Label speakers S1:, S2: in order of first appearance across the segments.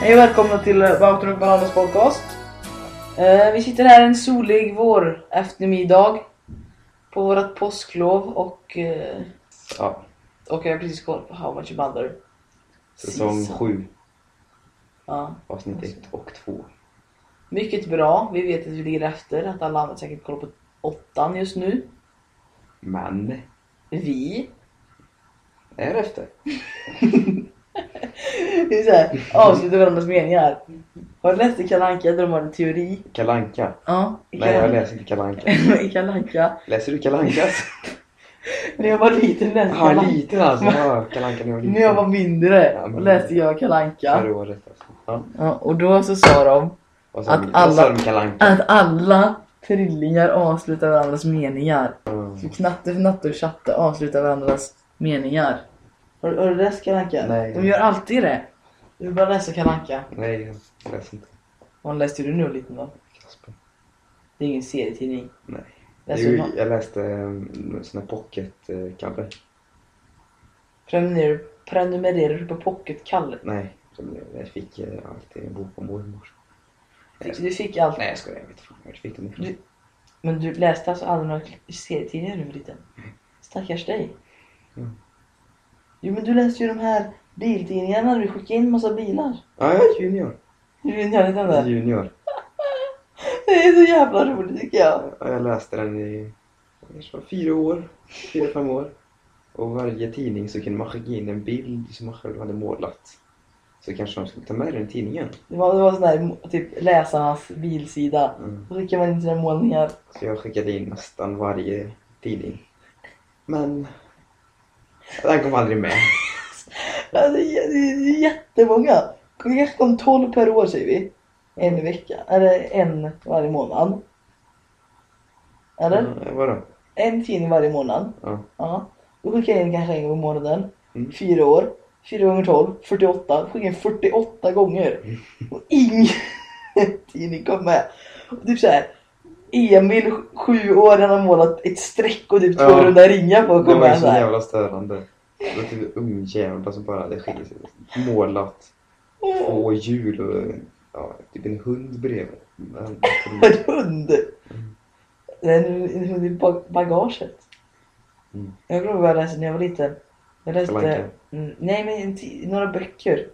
S1: Hej och välkomna till eh, Bauton och Bananas podcast. Eh, vi sitter här en solig vår eftermiddag på vårt påsklov och, eh,
S2: Ja,
S1: och jag har precis kollat på How much you mother.
S2: säsong
S1: Season.
S2: 7,
S1: Ja.
S2: avsnitt 1
S1: Alltså.
S2: och 2.
S1: Mycket bra. Vi vet att vi ligger efter, att alla andra säkert kollar på åttan just nu.
S2: Men,
S1: Vi.
S2: är det efter?
S1: Det är såhär, avslutar varandras meningar. Har du läst i Kalle Anka där de har en teori?
S2: Kalanka.
S1: Ja. I
S2: Nej, jag
S1: Kalle
S2: läser inte Kalanka.
S1: Anka. I Kalle Anka.
S2: Läser du Kalankas?
S1: När jag var liten läste jag
S2: Ja,
S1: Kalle Anka.
S2: liten alltså. Ja, Kalanka när jag var liten.
S1: När jag var mindre
S2: Ja, men-
S1: läste jag Kalle Anka.
S2: Förra året alltså. Ja.
S1: Ja, och då så sa de
S2: Vad sa
S1: Att
S2: de-
S1: alla-
S2: Vad sa de Kalanka?
S1: att alla trillingar avslutar varandras meningar.
S2: Mm.
S1: Så knatte, fnatte och tjatte avslutar varandras meningar. Har, har du läst Kalle Anka?
S2: Nej.
S1: De gör alltid det. Du bara läsa Kalle Anka.
S2: Nej, jag läser inte.
S1: Vad läste du nu liten då?
S2: Kasper.
S1: Det är ingen serietidning.
S2: Nej.
S1: Läser du
S2: Jo,
S1: någon?
S2: jag läste um, sån här eh, pocket-kalle.
S1: Prenumererar, prenumererar du på Pocket-Kalle?
S2: Nej, som jag- jag fick eh, alltid en bok om mormor.
S1: Du, du fick allt.
S2: Nej, jag skojar. Jag vet inte vart jag fick den ifrån.
S1: Du- Men du läste alltså aldrig några serietidningar när du var liten? Stackars dig.
S2: Mm.
S1: Jo men du läste ju de här biltidningarna när du skickade in massa bilar.
S2: Ja, jag är junior.
S1: Du vet inte om det?
S2: Junior.
S1: Det är så jävla roligt tycker jag.
S2: Ja, jag läste den i kanske var fyra år, fyra, fem år. Och varje tidning så kunde man skicka in en bild som man själv hade målat. Så kanske de skulle ta med den i tidningen.
S1: Det var, det var sån där typ läsarnas bilsida.
S2: Mm.
S1: Då skickar man in sina målningar.
S2: Så jag skickade in nästan varje tidning. Men den kom aldrig med.
S1: Alltså, det är- det är jättemånga. Det kanske kom 12 per år säger vi. En i veckan. Eller en varje månad. Eller?
S2: Mm, vadå?
S1: En tidning varje månad.
S2: Ja.
S1: Ja. Då skickar jag in kanske en gång i månaden.
S2: Mm.
S1: Fyra år. Fyra gånger 12. 48. Skickade in 48 gånger. Och ingen tidning kom med. Och typ så här. Emil, sju år, han har målat ett streck och typ två
S2: Ja.
S1: runda ringar på
S2: Det
S1: och kom
S2: var ju
S1: med.
S2: så
S1: Så här.
S2: jävla störande. Det var typ ungjävlar som bara hade skickat målat två hjul och ja, typ en hund bredvid. Men-
S1: En hund! En, en hund i ba- bagaget.
S2: Mm.
S1: Jag kommer ihåg vad jag läste när jag var liten. Jag
S2: Kalle
S1: läste...
S2: Anka.
S1: Mm, nej men en ti- några böcker.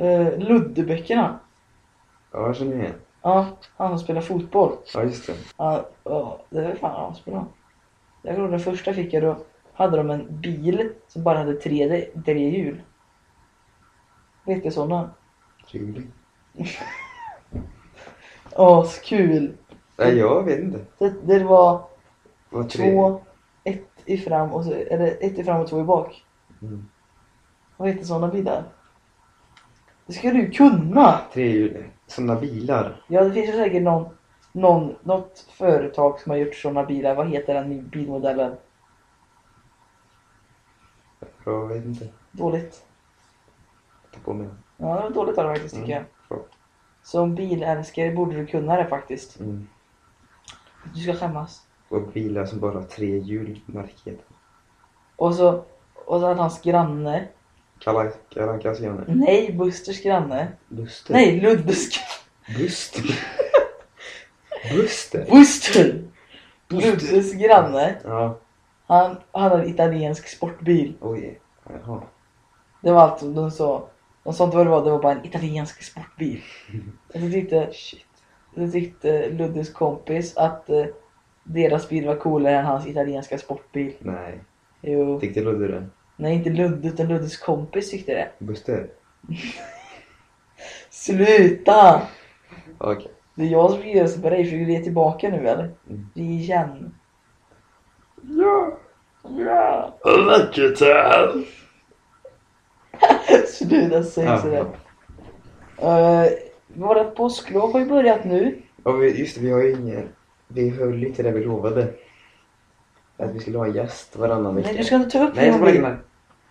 S1: Uh, Luddeböckerna.
S2: Ja, jag känner igen.
S1: Ja, han som spelar fotboll.
S2: Ja, just det.
S1: Ja, ja, det var fan han spelade. Jag kommer ihåg den första fick jag då. Hade de en bil som bara hade tre, tre hjul. Vet du sådana?
S2: Trevligt.
S1: Askul!
S2: Nej, jag vet inte.
S1: Det, det var
S2: Vad tre?
S1: två, ett i fram och så, eller ett i fram och två i bak.
S2: Mm.
S1: Vad heter sådana bilar? Det ska du kunna!
S2: Trehjulingar. Sådana bilar.
S1: Ja, det finns ju säkert någon, någon, något företag som har gjort sådana bilar. Vad heter den bilmodellen?
S2: Jag vet inte.
S1: Dåligt.
S2: Ta på mig den.
S1: Ja, det var dåligt av dem faktiskt tycker jag.
S2: Mm, bra.
S1: Som bilälskare borde du kunna det faktiskt.
S2: Mm.
S1: Du ska skämmas.
S2: Och bilar som bara har tre hjul. Märket.
S1: Och så, och så hade hans granne.
S2: Kalle Kalle Ankas granne.
S1: Nej, Busters granne.
S2: Buster.
S1: Nej, Luddes granne.
S2: Buster. Buster.
S1: Buster! Luddes granne.
S2: Ja.
S1: Han, han hade en italiensk sportbil.
S2: Oj. Jaha.
S1: Det var allt som de sa. De sa inte vad det var, det var bara en italiensk sportbil. Och så tyckte, shit, så tyckte Luddes kompis att eh, deras bil var coolare än hans italienska sportbil.
S2: Nej.
S1: Jo.
S2: Tyckte Ludde det?
S1: Nej, inte Ludde utan Luddes kompis tyckte det.
S2: Buster.
S1: Sluta!
S2: Okej.
S1: Det är jag som ger oss på dig, försöker du ge tillbaka nu eller?
S2: Mm.
S1: Ge igen.
S2: Ja.
S1: Ja.
S2: Vackert här.
S1: Sluta säga sådär.
S2: Ja.
S1: Uh, vårat påsklov har ju börjat nu.
S2: Ja, vi- just det, vi har ju ingen... Vi höll ju inte det vi lovade. Att vi skulle ha en gäst varannan vecka.
S1: Nej, du ska inte ta upp
S2: Nej, jag
S1: det.
S2: ska bara lägga mig.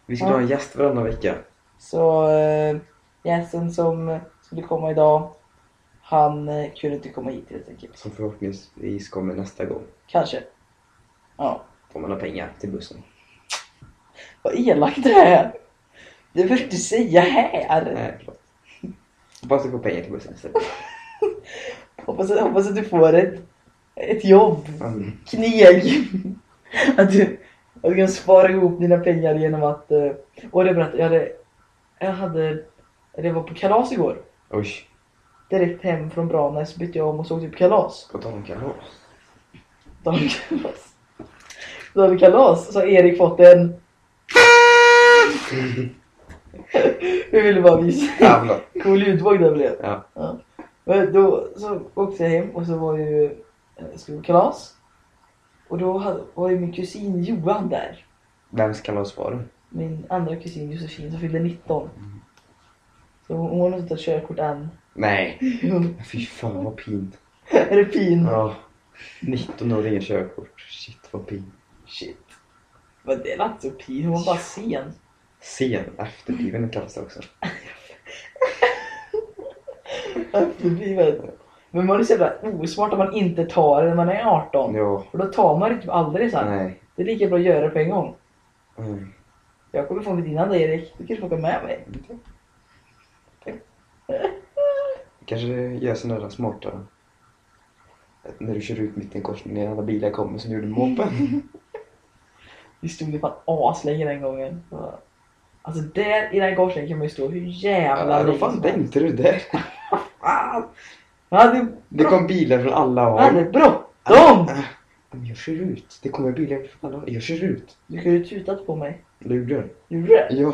S2: Vi skulle
S1: Ja.
S2: ha en gäst varannan vecka.
S1: Så eh, gästen som skulle komma idag, han eh, kunde inte komma hit helt enkelt.
S2: Som förhoppningsvis kommer nästa gång.
S1: Kanske. Ja.
S2: Om man har pengar till bussen.
S1: Vad elakt det är. Det behöver du inte säga här.
S2: Nej, förlåt. Bara så får pengar till bussen istället.
S1: Hoppas, att- hoppas att du får ett, ett jobb.
S2: Amen.
S1: Kneg. Att du, att du kan spara ihop dina pengar genom att... eh, Och det berättade jag. Hade, jag hade... Det var på kalas igår.
S2: Oj,
S1: Direkt hem från Branäs bytte jag om och såg typ kalas.
S2: på tal om kalas.
S1: David Kalas. David Kalas så har Erik fått en... Jag ville bara visa
S2: Ja, förlåt.
S1: cool ljudvåg det blev.
S2: Ja.
S1: Men då så åkte jag hem och så var ju eh, skulle vi på kalas. Och då hade, var ju min kusin Johan där.
S2: Vems kalas var det?
S1: Min andra kusin Josefin som fyllde 19. Så hon, hon har inte tagit körkort än.
S2: Nej, fy fan vad pint.
S1: Är det pin?
S2: Ja. 19 år inget körkort. Shit vad pint.
S1: Shit. Men det lät så pin. Hon var bara sen.
S2: Sen, efterbliven kallas det också.
S1: Efterblivet. Men man är så jävla osmart om man inte tar det när man är 18.
S2: Ja.
S1: För då tar man det typ aldrig sen.
S2: Nej. Mm.
S1: Det är lika bra att göra det på en gång.
S2: Nej.
S1: Jag kommer få mitt innan dig Erik. Du kanske får åka med mig.
S2: Kanske gör sådana där smarta... Att När du kör ut mitt i en korsning när alla bilar kommer som du gjorde med moppen.
S1: Vi stod ju fan aslänge den gången. Alltså där i den korsningen kan man ju stå hur jävla
S2: Ja, liksom- Vad fan
S1: som helst.
S2: tänkte du där?
S1: Fan! Jag hade bråttom!
S2: Det kom bilar från alla
S1: Jag
S2: håll.
S1: hade bråttom!
S2: Men jag kör ut. Det kommer bilar från alla håll. Jag kör ut.
S1: Du kunde ju tutat på mig.
S2: Det gjorde jag.
S1: Gjorde du det?
S2: Ja.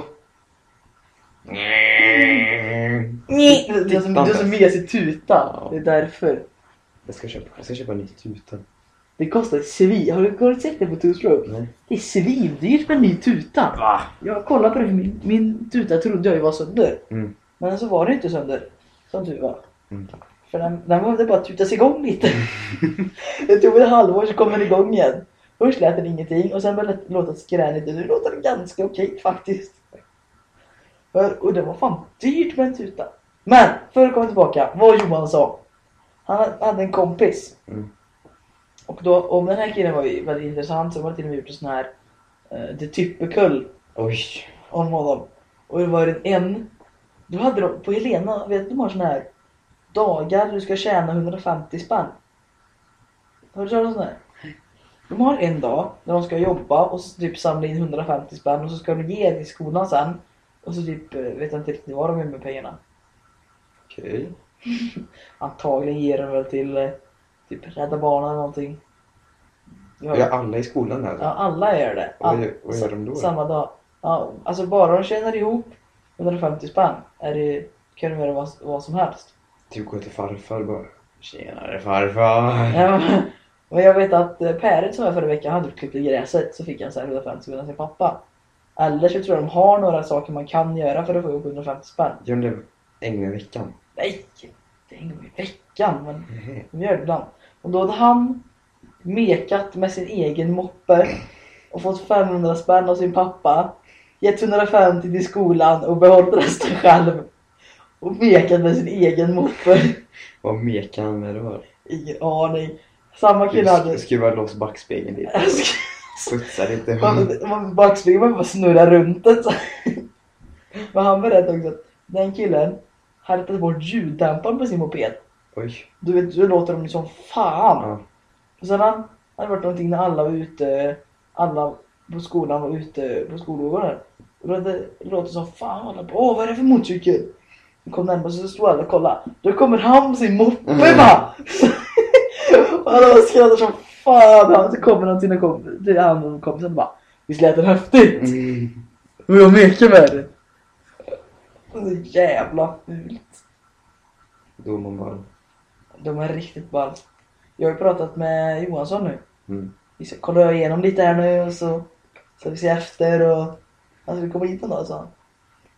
S1: Nej! Du har så- du har så mesig tuta.
S2: Ja.
S1: Det är därför.
S2: Jag ska köpa, jag ska köpa en ny tuta.
S1: Det kostar svin... Har du har du sett det på Two Stroke?
S2: Nej.
S1: Det är svindyrt med en ny tuta.
S2: Va?
S1: Jag kollade på det för min, min tuta trodde jag ju var sönder.
S2: Mm.
S1: Men så var det inte sönder. Som tur var.
S2: Mm.
S1: För den, den behövde bara tutas igång lite. det tog ett halvår så kom den igång igen. Först lät den ingenting och sen började det låta skränigt. Nu låter den ganska okej faktiskt. För, och det var fan dyrt med en tuta. Men, för att komma tillbaka, vad Johan sa. Han hade en kompis.
S2: Mm.
S1: Och då, om den här killen var ju väldigt intressant så var det till och med gjort en sån här uh, The Typpekull
S2: Oj.
S1: om honom. Och det var en... Du hade de, på Helena, vet du de har såna här dagar du ska tjäna 150 spänn. Har du hört om sådana här? De har en dag när de ska jobba och så typ samla in 150 spänn och så ska de ge det till skolan sen. Och så typ eh, vet jag inte riktigt vad de gör med pengarna.
S2: Okej.
S1: Antagligen ger de väl till eh, typ Rädda Barnen eller någonting. Ja,
S2: Är alla i skolan här?
S1: ja, alla gör det.
S2: Vad
S1: All-
S2: gör- vad gör de då?
S1: Samma dag. Ja, alltså bara de tjänar ihop 150 spänn är det, kan de göra vad, vad som helst.
S2: Typ gå till farfar bara. Tjenare farfar.
S1: Ja, men- Men jag vet att eh, Päret som var förra veckan, han typ klippte gräset så fick han så här 150 spänn av sin pappa. Eller så tror jag de har några saker man kan göra för att få ihop 150 spänn.
S2: Gör de det en gång i veckan?
S1: Nej! Det är en gång i veckan men
S2: Nej.
S1: de gör det ibland. Och då hade han mekat med sin egen moppe och fått 500 spänn av sin pappa. Gett 150 till skolan och behållit resten själv. Och mekat med sin egen moppe.
S2: Vad mekar han med då?
S1: Ingen aning. Samma kille hade...
S2: Sk- Skruva loss backspegeln lite. Putsa lite.
S1: Man- man- Backspegeln man bara snurrar runt den så här. Men han berättade också att den killen hade tagit bort ljuddämparen på sin moped.
S2: Oj.
S1: Du vet, då låter de ju som fan.
S2: Ja.
S1: Och sen han- det hade varit någonting när alla var ute, alla på skolan var ute på skolgården. Och då hade det låtit som fan, alla bara, åh vad är det för motorcykel? Vi kom närmare så stod alla och kollade. Då kommer han med sin moppe
S2: Mm.
S1: va! och alla bara skrattar som fan. Och så kommer han till sina komp- till han och kompisen och bara, visst lät den häftigt?
S2: Mm.
S1: Och jag meker med det. Och Så jävla fult.
S2: Då man bara.
S1: De är riktigt ball. Jag har ju pratat med Johansson nu.
S2: Mm.
S1: Vi ska kolla igenom lite här nu och så ska vi se efter och han skulle komma hit en dag sa han.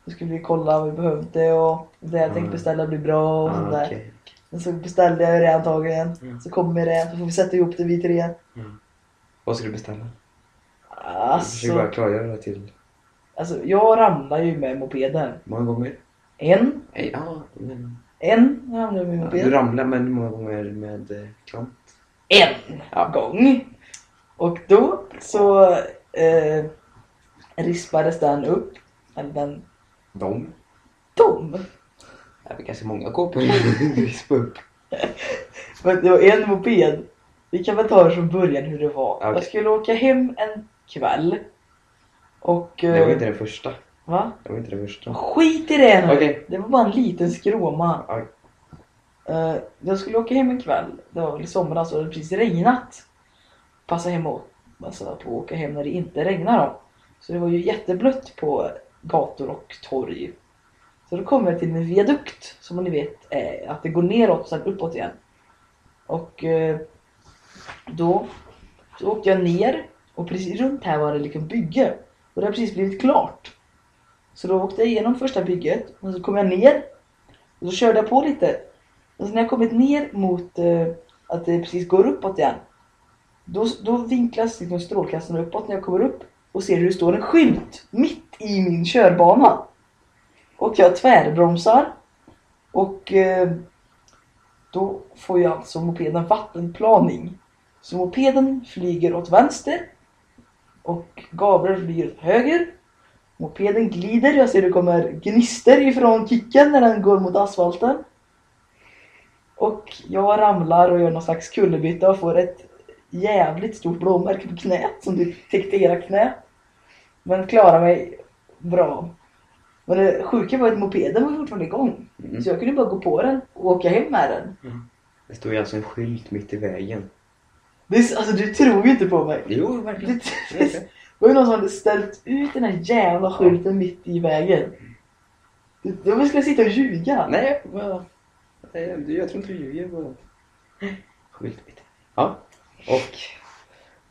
S1: Då skulle vi kolla vad vi behövde och det jag tänkte
S2: Mm.
S1: beställa blir bra och sånt
S2: Ah,
S1: där.
S2: okej.
S1: Men så beställde jag ju det antagligen.
S2: Mm.
S1: Så kommer det, så får vi sätta ihop det vi tre.
S2: Vad ska du beställa? Försök
S1: Alltså,
S2: bara klargöra det till.
S1: alltså jag ramlar ju med mopeden.
S2: Många gånger?
S1: En,
S2: Nej, ja. Men...
S1: en ramlar med
S2: Ja, Du
S1: mopeden.
S2: ramlar men hur många gånger med eh, kram?
S1: En
S2: Ja.
S1: gång. Och då så eh, rispades den upp. Eller den
S2: De?
S1: tom.
S2: Det var ganska många kåpor i Facebook.
S1: Men det var en moped. Vi kan väl ta det från början hur det var.
S2: Okej.
S1: Jag skulle åka hem en kväll. Och...
S2: Det var
S1: eh,
S2: inte den första.
S1: Va?
S2: Det var inte den första.
S1: Skit i det nu!
S2: Okej.
S1: Det var bara en liten skråma.
S2: Aj.
S1: Eh, jag skulle åka hem en kväll. Det var väl i somras och det hade precis regnat. Passa hem och passa på att åka hem när det inte regnar då. Så det var ju jätteblött på gator och torg. Så då kom jag till en viadukt som ni vet är att det går neråt och sen uppåt igen. Och eh, då så åkte jag ner och precis runt här var det liksom bygge. Och det har precis blivit klart. Så då åkte jag igenom första bygget och så kom jag ner. Och så körde jag på lite. Och sen när jag kommit ner mot eh, att det precis går uppåt igen. Då, då vinklas liksom strålkastarna uppåt när jag kommer upp och ser hur det står en skylt mitt i min körbana. Och jag tvärbromsar. Och eh, då får jag alltså mopeden vattenplaning. Så mopeden flyger åt vänster och Gabriel flyger åt höger. Mopeden glider, jag ser det kommer gnister ifrån kicken när den går mot asfalten. Och jag ramlar och gör någon slags kullerbytta och får ett jävligt stort blåmärke på knät som typ täckte hela knät. Men klarar mig bra. Men det sjuka var att mopeden var fortfarande igång.
S2: Mm.
S1: Så jag kunde bara gå på den och åka hem med den.
S2: Det stod ju alltså en skylt mitt i vägen.
S1: Det är, alltså du tror ju inte på mig.
S2: Jo,
S1: Det, det var ju någon som hade ställt ut den här jävla skylten mitt i vägen. Det- det- Jag skulle sitta och ljuga.
S2: Nej, bara... Nej, du- jag tror inte du ljuger. Bara... Skylt mitt. Ja. Och...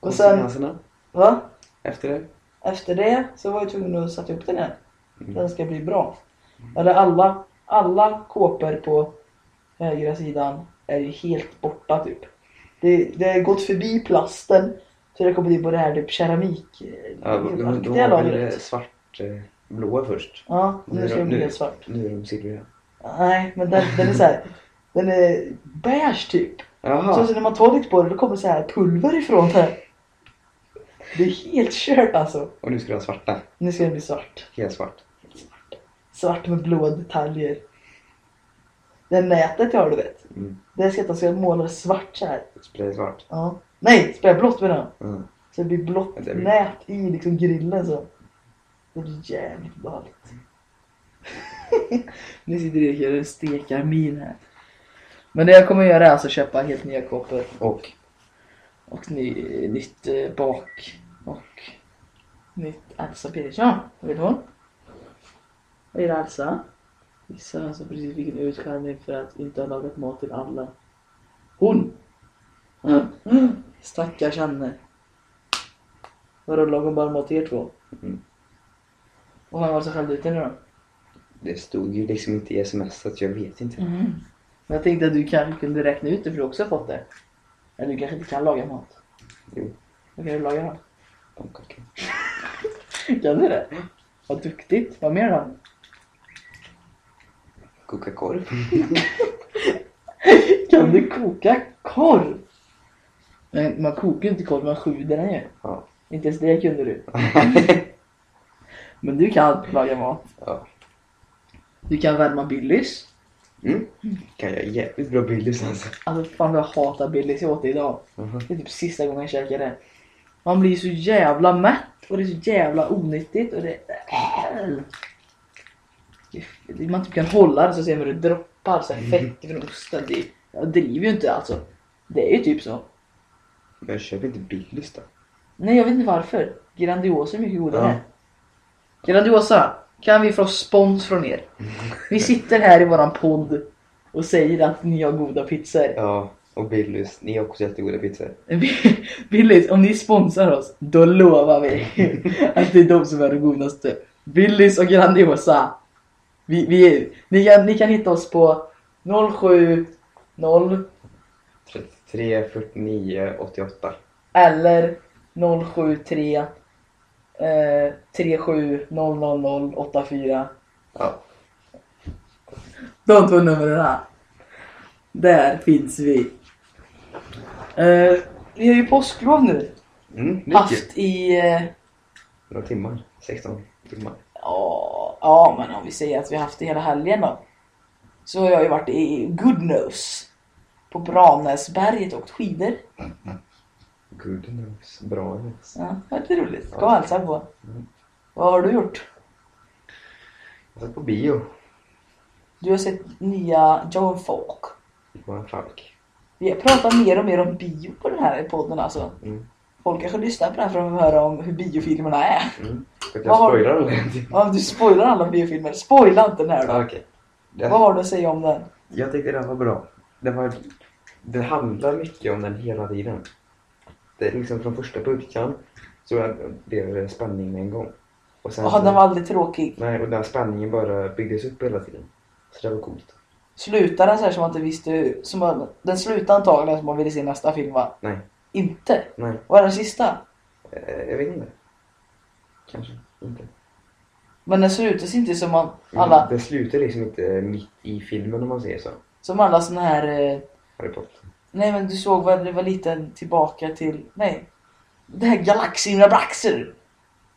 S1: Och sen-
S2: Konsekvenserna
S1: Va?
S2: efter det?
S1: Efter det så var jag tvungen att sätta upp den här.
S2: Mm.
S1: Den ska bli bra. Eller alla, alla kåpor på högra sidan är ju helt borta typ. Det, det har gått förbi plasten. Så det kommer till på det här typ keramik.
S2: Ja, de, de, de
S1: aktiga
S2: var väl
S1: lagret.
S2: svartblåa eh, först.
S1: Ja, nu ska den bli
S2: nu-
S1: helt svart.
S2: Nu är de silvriga.
S1: Nej, men den, den är så här. Den är beige typ. Så,
S2: Jaha.
S1: så när man tar lite på det då kommer så här pulver ifrån det. Det är helt kört alltså.
S2: Och nu ska de vara svarta.
S1: Nu ska den bli svart.
S2: Helt svart.
S1: Svart med blåa detaljer. Det nätet jag har du vet.
S2: Mm.
S1: Det ska jag ska måla det svart så här.
S2: Sprayar svart.
S1: Ja. Nej, spraya blått med den.
S2: Mm.
S1: Så det blir blått
S2: Ja, det blir-
S1: nät i liksom grillen så. Det blir jävligt ballt. nu sitter Erik och gör en stekarmin här. Men det jag kommer göra är alltså köpa helt nya kåpor
S2: Och
S1: och ny, nytt eh, bak och nytt Elsa Petersson. Vad vill hon? Vad gillar Elsa? Gissa alltså precis vilken utskällning för att inte ha lagat mat till alla. Hon! Ja. Stackars henne. Vadå, lagade hon bara mat till er två?
S2: Mm.
S1: Och vem var det som skällde ut henne då?
S2: det stod ju liksom inte i sms att jag vet inte.
S1: Mm. Men jag tänkte att du kanske kunde räkna ut det för du också har fått det. Eller du kanske inte kan laga mat.
S2: Jo.
S1: Vad kan du laga då?
S2: pannkaka.
S1: Kan du
S2: Mm.
S1: det? Vad duktigt. Vad mer då?
S2: Koka korv.
S1: Kan du koka korv? Men man kokar ju inte korv, man sjuder den ju.
S2: Ja.
S1: Inte ens det kunde du. Men du kan laga mat.
S2: ja.
S1: Du kan värma Billys.
S2: Mm. Kan jag jävligt bra bilder sen. så.
S1: Alltså fan vad jag hatar Billys, jag åt det idag.
S2: Jaha.
S1: Det är typ sista gången jag käkar det. Man blir så jävla mätt och det är så jävla onyttigt och det... Äh. Man typ kan hålla det så ser man hur det droppar så här fett från osten. Det, jag driver ju inte alltså. Det är ju typ så.
S2: Men jag köper inte Billys då.
S1: Nej, jag vet inte varför. Grandiosa är mycket godare.
S2: Ja.
S1: Grandiosa, kan vi få spons från er? Vi sitter här i våran podd och säger att ni har goda pizzor.
S2: Ja, och Billys. Ni har också jättegoda pizzor.
S1: Billys, om ni sponsrar oss, då lovar vi att det är de som är de godaste. Billys och Grandiosa. Vi, vi är, ni, kan, ni kan hitta oss på 070
S2: 33, 49, 88.
S1: Eller 073 eh, 37 000 84.
S2: Ja.
S1: De två numren här. Där finns vi. Eh, vi har ju påsklov nu.
S2: Mm, det är kul.
S1: Haft i... eh,
S2: Några timmar. 16 timmar.
S1: Ja, ja, men om vi säger att vi har haft det hela helgen då. så har jag ju varit i Goodnose. På Branäsberget och åkt skidor.
S2: Good news. Bra news.
S1: Ja, det var lite roligt. Kom
S2: Ja.
S1: och hälsa på.
S2: Mm.
S1: Vad har du gjort?
S2: Jag satt på bio.
S1: Du har sett nya John Falk.
S2: Johan Falk.
S1: Vi pratar mer och mer om bio på den här podden alltså.
S2: Mm.
S1: Folk kanske lyssnar på den här för att få höra om hur biofilmerna är.
S2: Mm. Ska
S1: Vad har
S2: jag
S1: du-
S2: spoila eller?
S1: Ja, du spoilar alla biofilmer. Spoila inte den här då.
S2: Ja, okej. Den-
S1: Vad har du att säga om den?
S2: Jag tyckte den var bra. Den, var, den handlar mycket om den hela tiden. Det är liksom från första början så är- blev det spänning med en gång. Och sen,
S1: Jaha, den var aldrig tråkig.
S2: Nej, och den spänningen bara byggdes upp hela tiden. Så det var coolt.
S1: Slutar den så här som man inte visste som man, Den slutar antagligen som man ville se nästa film va?
S2: Nej,
S1: Inte?
S2: nej.
S1: Vad är den sista?
S2: Eh, Jag vet inte. Kanske inte.
S1: Men den slutas inte som man,
S2: Men
S1: alla,
S2: Det slutar liksom inte mitt i filmen om man säger så.
S1: som alla såna här... Eh,
S2: Harry Potter.
S1: nej men du såg väl, det var liten tillbaka till... Nej. Det här Galaxin Braxer!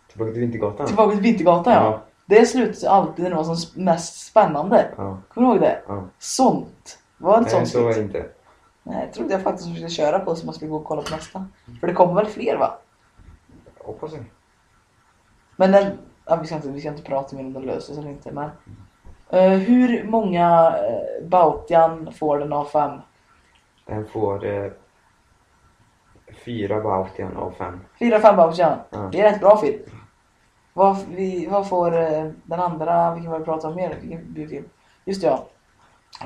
S2: Tillbaka till Vintergatan.
S1: Tillbaka till Vintergatan ja.
S2: Ja.
S1: Det slutar alltid när det var som sp- mest spännande.
S2: Ja,
S1: Kommer du ihåg det?
S2: ja.
S1: Sånt. Var det inte
S2: Nej,
S1: sånt
S2: så var
S1: slut?
S2: det inte.
S1: Nej, jag trodde jag faktiskt att vi skulle köra på så man skulle gå och kolla på nästa. För det kommer väl fler va?
S2: Hoppas jag.
S1: Men den, ja, vi, ska inte, vi ska inte prata mer om den löses eller inte. Men, Eh, hur många uh, Bautian får den av fem?
S2: Den får eh, fyra Bautian av fem.
S1: Fyra, fem Bautian.
S2: Ja.
S1: Det är rätt bra film. Vad, vi, vad får eh, den andra, vilken var det vi pratade om mer? Vilken biofilm? Just det, ja.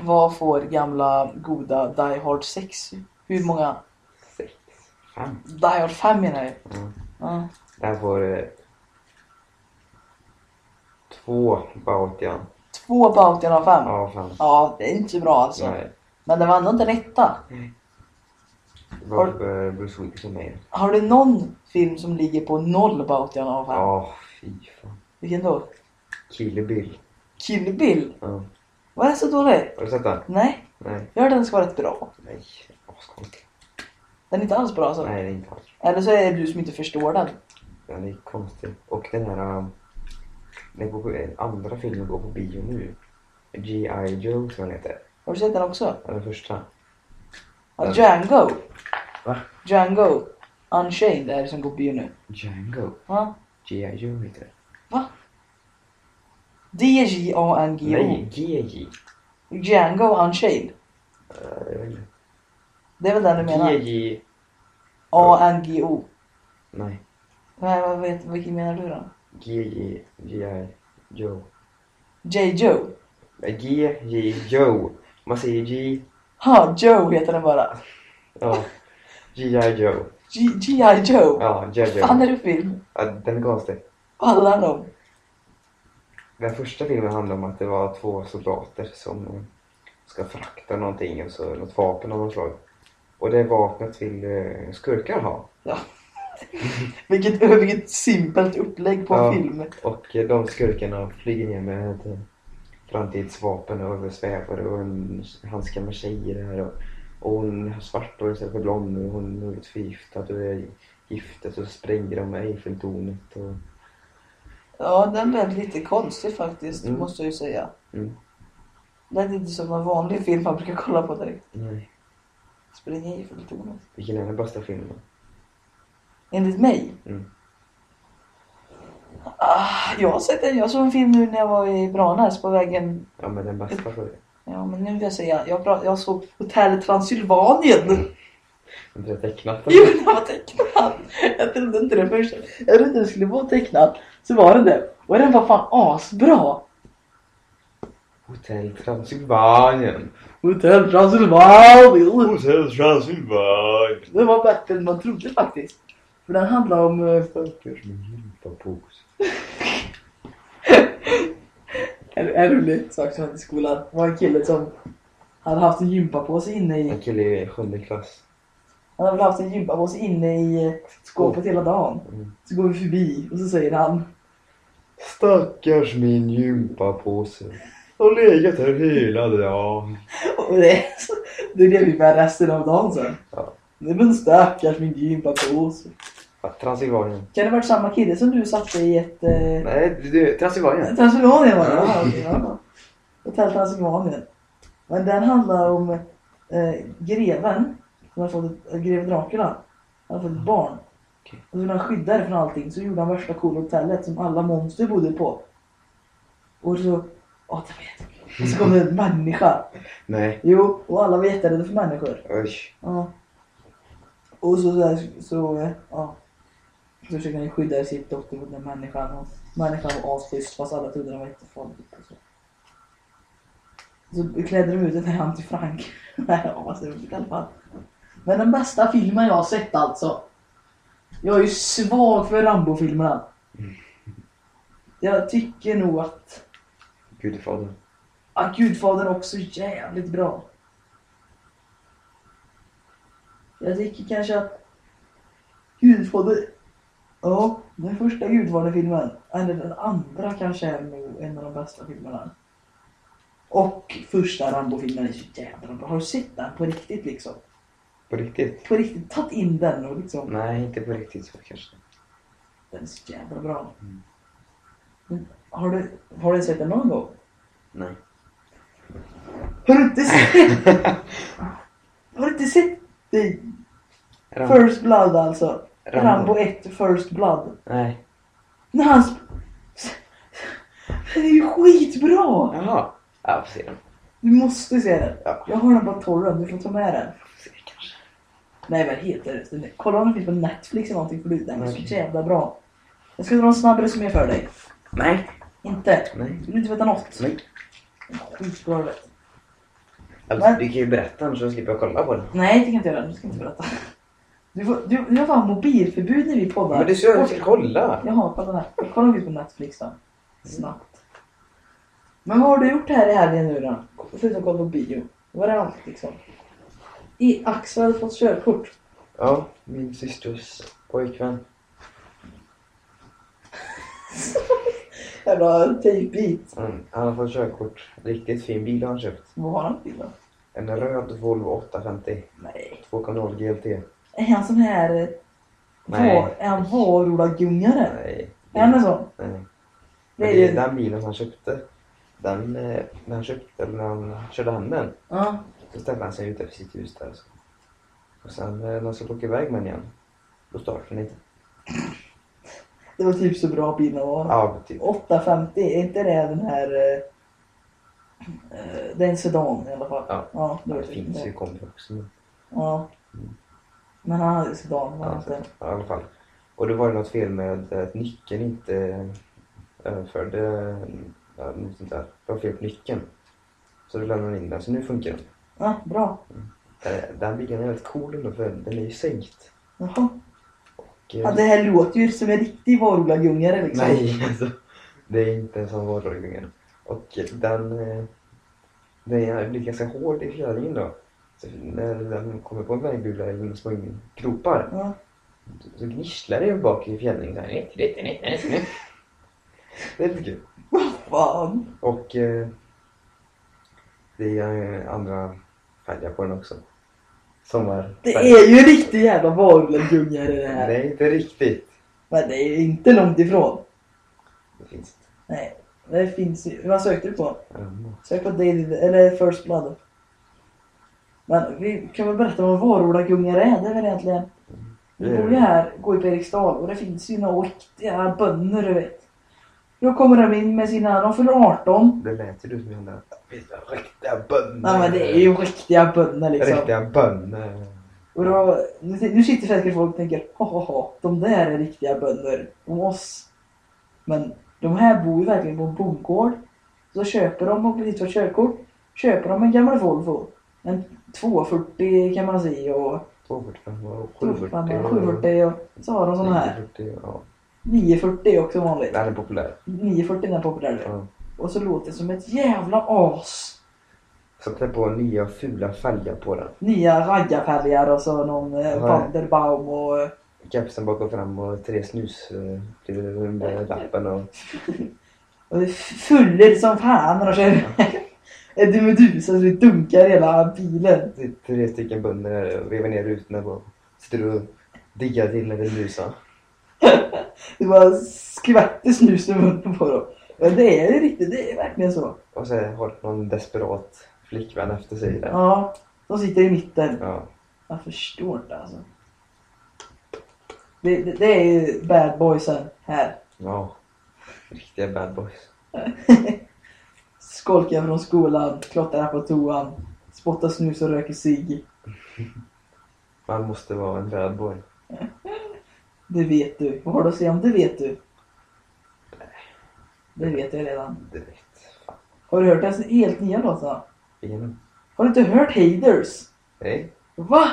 S1: Vad får gamla goda Die Hard 6? Hur många?
S2: Sex. Fem.
S1: Die Hard 5 menar jag.
S2: Ja.
S1: Ja.
S2: Den får eh, två Bautian
S1: Två Bautian av fem.
S2: av fem.
S1: Ja, det är inte så bra alltså.
S2: Nej,
S1: Men det var ändå inte en etta.
S2: det
S1: Har-
S2: var eh, Bruce Willis som är
S1: Har du någon film som ligger på noll Bautian av fem?
S2: Ja, fy fan.
S1: Vilken då?
S2: Kill Bill.
S1: Kill Bill?
S2: Ja.
S1: Var den så dålig?
S2: Har du sett den?
S1: Nej,
S2: Nej.
S1: jag hörde den ska vara rätt bra.
S2: Nej. Askonstigt.
S1: Den är inte alls bra alltså.
S2: Nej, det är inte alls.
S1: Eller så är det du som inte förstår den.
S2: Den är konstig. Och den här... Um, den går på, eh, andra filmen går på bio nu. G.I. Joe som den heter.
S1: Har du sett den också?
S2: Den första.
S1: Ja,
S2: Den.
S1: Django.
S2: Va?
S1: Django. Unchained är det som går på bio nu.
S2: Django.
S1: Ja.
S2: G.I. Joe heter det.
S1: D-J-A-N-G-O.
S2: Nej, G.J.
S1: Django Unchained.
S2: Eh, jag vet inte.
S1: Det är väl den du menar?
S2: G.J.
S1: A-N-G-O.
S2: Nej.
S1: Nej, vad vet, vilken menar du då?
S2: G.J. G.I. Joe.
S1: J. Joe.
S2: Nej, G.J. Joe. Man säger G.
S1: Ha, Joe heter den bara.
S2: Ja. G.I. Joe.
S1: G- G.I. Joe.
S2: Ja, G.I.
S1: Fan är
S2: Joe.
S1: det film?
S2: Ja, den är konstig.
S1: Vad handlar den om?
S2: Den första filmen handlar om att det var två soldater som eh, ska frakta någonting, och så något vapen av något slag. Och det vapnet vill eh, skurkar ha.
S1: Ja. vilket, vilket simpelt upplägg på
S2: Ja.
S1: en film.
S2: Och eh, de skurkarna flyger ner med ett eh, framtidsvapen och svävare och en handskar med tjejer här. Och, och hon har svart och istället för blond och hon är förgiftad och är giftet och så spränger de Eiffeltornet. Och...
S1: Ja, den blev lite konstig faktiskt,
S2: Mm.
S1: måste jag ju säga.
S2: Mm.
S1: Det är inte som en vanlig film man brukar kolla på direkt.
S2: Nej.
S1: Springa i fulltornet.
S2: Vilken är den bästa filmen?
S1: Enligt mig.
S2: Mm.
S1: Ah, jag har sett en, jag såg en film nu när jag var i Branäs på vägen.
S2: Ja men den bästa för dig.
S1: Ja, men nu vill jag säga, jag, pra- jag såg Hotell
S2: Mm.
S1: Transylvanien.
S2: Inte det tecknat?
S1: Jo, den var tecknad. Jag trodde inte det först. Jag trodde det skulle vara tecknad. Så var den det. Och den var fan asbra.
S2: Hotell Transylvanien.
S1: Hotell Transylvanien.
S2: Hotell Transylvanien.
S1: Den var bättre än man trodde faktiskt. För den handlar om... eh,
S2: Stackars min gympapåse.
S1: En, en rolig sak som hände i skolan var en kille som hade haft en gympapåse inne i...
S2: En kille i sjunde klass.
S1: Han hade väl haft en gympapåse inne i eh, skåpet hela dagen.
S2: Mm.
S1: Så går vi förbi och så säger han...
S2: Stackars min gympapåse. Har legat här hela dagen.
S1: Och det, det är det vi med resten av dagen sen.
S2: Ja.
S1: Nej men stackars min gympapåse.
S2: Ja, Transylvanien.
S1: Kan det varit samma kille som du satte i ett... Eh,
S2: Nej, du, Transylvanien.
S1: Transylvanien var det?
S2: Ja.
S1: Ja, okej, ja. Hotell Transylvanien. Men den handlar om eh, greven. Han har fått ett, eh, greve Dracula. Han har fått ett barn.
S2: Okej.
S1: Och så ville han skydda det från allting så gjorde han värsta coola hotellet som alla monster bodde på. Och så... Åh, det var jättekul. Och så kom det en människa.
S2: Nej.
S1: Jo, och alla var jätterädda för människor.
S2: Usch.
S1: Ja. Och så där, så, eh, ja. Så försökte han ju skydda sitt dotter mot den människan och människan var asschysst fast alla trodde den var jättefarlig. typ, och Så. så klädde de ut den här han till Frank. ja, vad struligt i alla fall. Men den bästa filmen jag har sett alltså. Jag är ju svag för Rambo-filmerna. Jag tycker nog att,
S2: Gudfadern.
S1: att Ah, Gudfadern också är jävligt bra. Jag tycker kanske att Gudfader... Ja, den första Gudfadern-filmen, eller den andra kanske är nog en av de bästa filmerna. Och första Rambo-filmen är så jävla bra. Har du sett den på riktigt liksom?
S2: På riktigt?
S1: På riktigt, tagit in den och liksom...
S2: Nej, inte på riktigt så kanske.
S1: Den är så jävla bra.
S2: Mm.
S1: Men har du, har du sett den någon gång?
S2: Nej.
S1: Har du inte sett? har du inte sett det?
S2: Ram-
S1: First Blood alltså? Rambo. 1 First Blood.
S2: Nej.
S1: När han... sp- Den är ju skitbra!
S2: Jaha. Ja, får se den.
S1: Du måste se den.
S2: Ja.
S1: Jag har den på torren, du får ta med den.
S2: Får se kanske.
S1: Nej vad heter det? Kolla om den finns på Netflix eller någonting för du, den är
S2: Okej.
S1: så jävla bra. Jag ska dra en snabb resumé för dig.
S2: Nej.
S1: Inte?
S2: Nej.
S1: Vill du inte veta något?
S2: Nej.
S1: Skitbra du vet.
S2: Alltså,
S1: Men-
S2: du kan ju berätta den så slipper jag kolla på den.
S1: Nej, det kan jag inte göra. Du ska inte berätta. Du, får, du, du har fan mobilförbud när vi poddar.
S2: Men det är så jag ska kolla.
S1: Jaha, kolla där. Jag kollar om vi är på Netflix då. Snabbt. Men vad har du gjort här i helgen nu då? Förutom att kolla på bio. Var är allt liksom? I Axel hade fått körkort.
S2: Ja, min systers pojkvän.
S1: Jävla typ tejpbit.
S2: Mm. Han har fått körkort. Riktigt fin bil har han köpt.
S1: Vad har han för bil då?
S2: En röd Volvo 850.
S1: Nej.
S2: 2.0 GLT.
S1: Är han sån här... eh,
S2: Nej.
S1: Var, är han Vårolagungare?
S2: Nej.
S1: Är han en sån?
S2: Nej.
S1: Det
S2: Men
S1: är
S2: det är
S1: ju...
S2: den bilen som han köpte. Den, eh, när han köpte, eller när han körde hem den,
S1: Ja.
S2: så ställde han sig utanför sitt hus där. Så. Och sen eh, när han skulle åka iväg med den igen, då startade den inte.
S1: Det var typ så bra bilen var.
S2: Ja, typ.
S1: 850, är inte det den här... eh, eh, Det är en sedan i alla fall.
S2: Ja.
S1: ja det var
S2: Det
S1: typ
S2: finns
S1: det.
S2: ju komvux nu.
S1: Ja. Men han hade sedan. Men
S2: Ja, så-
S1: inte.
S2: ja, i alla fall. Och då var det något fel med att nyckeln inte överförde... Ja, något sånt där. Det var fel på nyckeln. Så då lämnade han in den, så nu funkar den.
S1: Ja, bra.
S2: Eh, Den bilen är väldigt cool ändå, för den är ju sänkt.
S1: Jaha.
S2: Och, eh,
S1: Ja, det här låter ju som en riktig varulagungare liksom.
S2: Nej, alltså. Det är inte en sån varulvungen. Och den, eh, den blir ganska hård i fjädringen då. Så när den kommer på en vägbula i små gropar
S1: Ja.
S2: så gnisslar det ju bak i fjädringen. Så här, "Nitt, nitt, nitt, nitt, nitt." Det är lite kul.
S1: Fan.
S2: Och eh, det är eh, andra färger på den också. Sommar.
S1: Det är ju en riktig jävla varulagungare det här.
S2: Nej, inte riktigt.
S1: Men det är ju inte långt ifrån.
S2: Det finns inte.
S1: Nej. Det finns ju. Vad sökte du på?
S2: Um,
S1: Sök på Daily, eller First Blood. Men vi kan väl berätta vad varulagungare är. Det är väl egentligen... Vi
S2: det är-
S1: bor ju här, går ju på Eriksdal och det finns ju några riktiga bönder du vet. Då kommer de in med sina, de fyller 18.
S2: Det lät ju du som en jävla... Riktiga bönder.
S1: Nej men det är ju riktiga bönder liksom.
S2: Riktiga bönder.
S1: Och då, nu, nu sitter säkert folk och tänker ha ha ha, de där är riktiga bönder om oss. Men de här bor ju verkligen på en bondgård. Så köper de, och precis för körkort, köper de en gammal Volvo. En 240 kan man säga och
S2: 245 och 740.
S1: 740 och så har de såna här.
S2: 940, ja.
S1: 940 är också vanligt.
S2: Den är populär.
S1: 940 är populär nu.
S2: Ja.
S1: Och så låter det som ett jävla as.
S2: Satte på nya fula fälgar på den.
S1: Nya raggarfälgar och så någon eh,
S2: Ja.
S1: Vanderbaum och... eh,
S2: Kepsen bak och fram och tre snus eh, till under lappen och...
S1: Och det är fuller som fan när de kör iväg. Eddie Meduza så det dunkar hela bilen.
S2: Det är Tre stycken bönder där och vevar ner rutorna på. Sitter och diggar till när det busar.
S1: Det bara skvätter snus i munnen på dem. Men det är ju riktigt, det är verkligen så.
S2: Och så har någon desperat flickvän efter sig där.
S1: Ja, de sitter i mitten.
S2: Ja.
S1: Jag förstår inte alltså. Det, det, det är ju bad boysen här.
S2: Ja. Riktiga bad boys.
S1: Skolkar från skolan, klottrar på toan, spottar snus och röker cigg.
S2: Man måste vara en bad boy.
S1: Det vet du. Vad har du att säga om det vet du? Det vet jag redan.
S2: Det vet fan.
S1: Har du hört den helt nya låten?
S2: Ingen.
S1: Har du inte hört Haters?
S2: Nej.
S1: Va?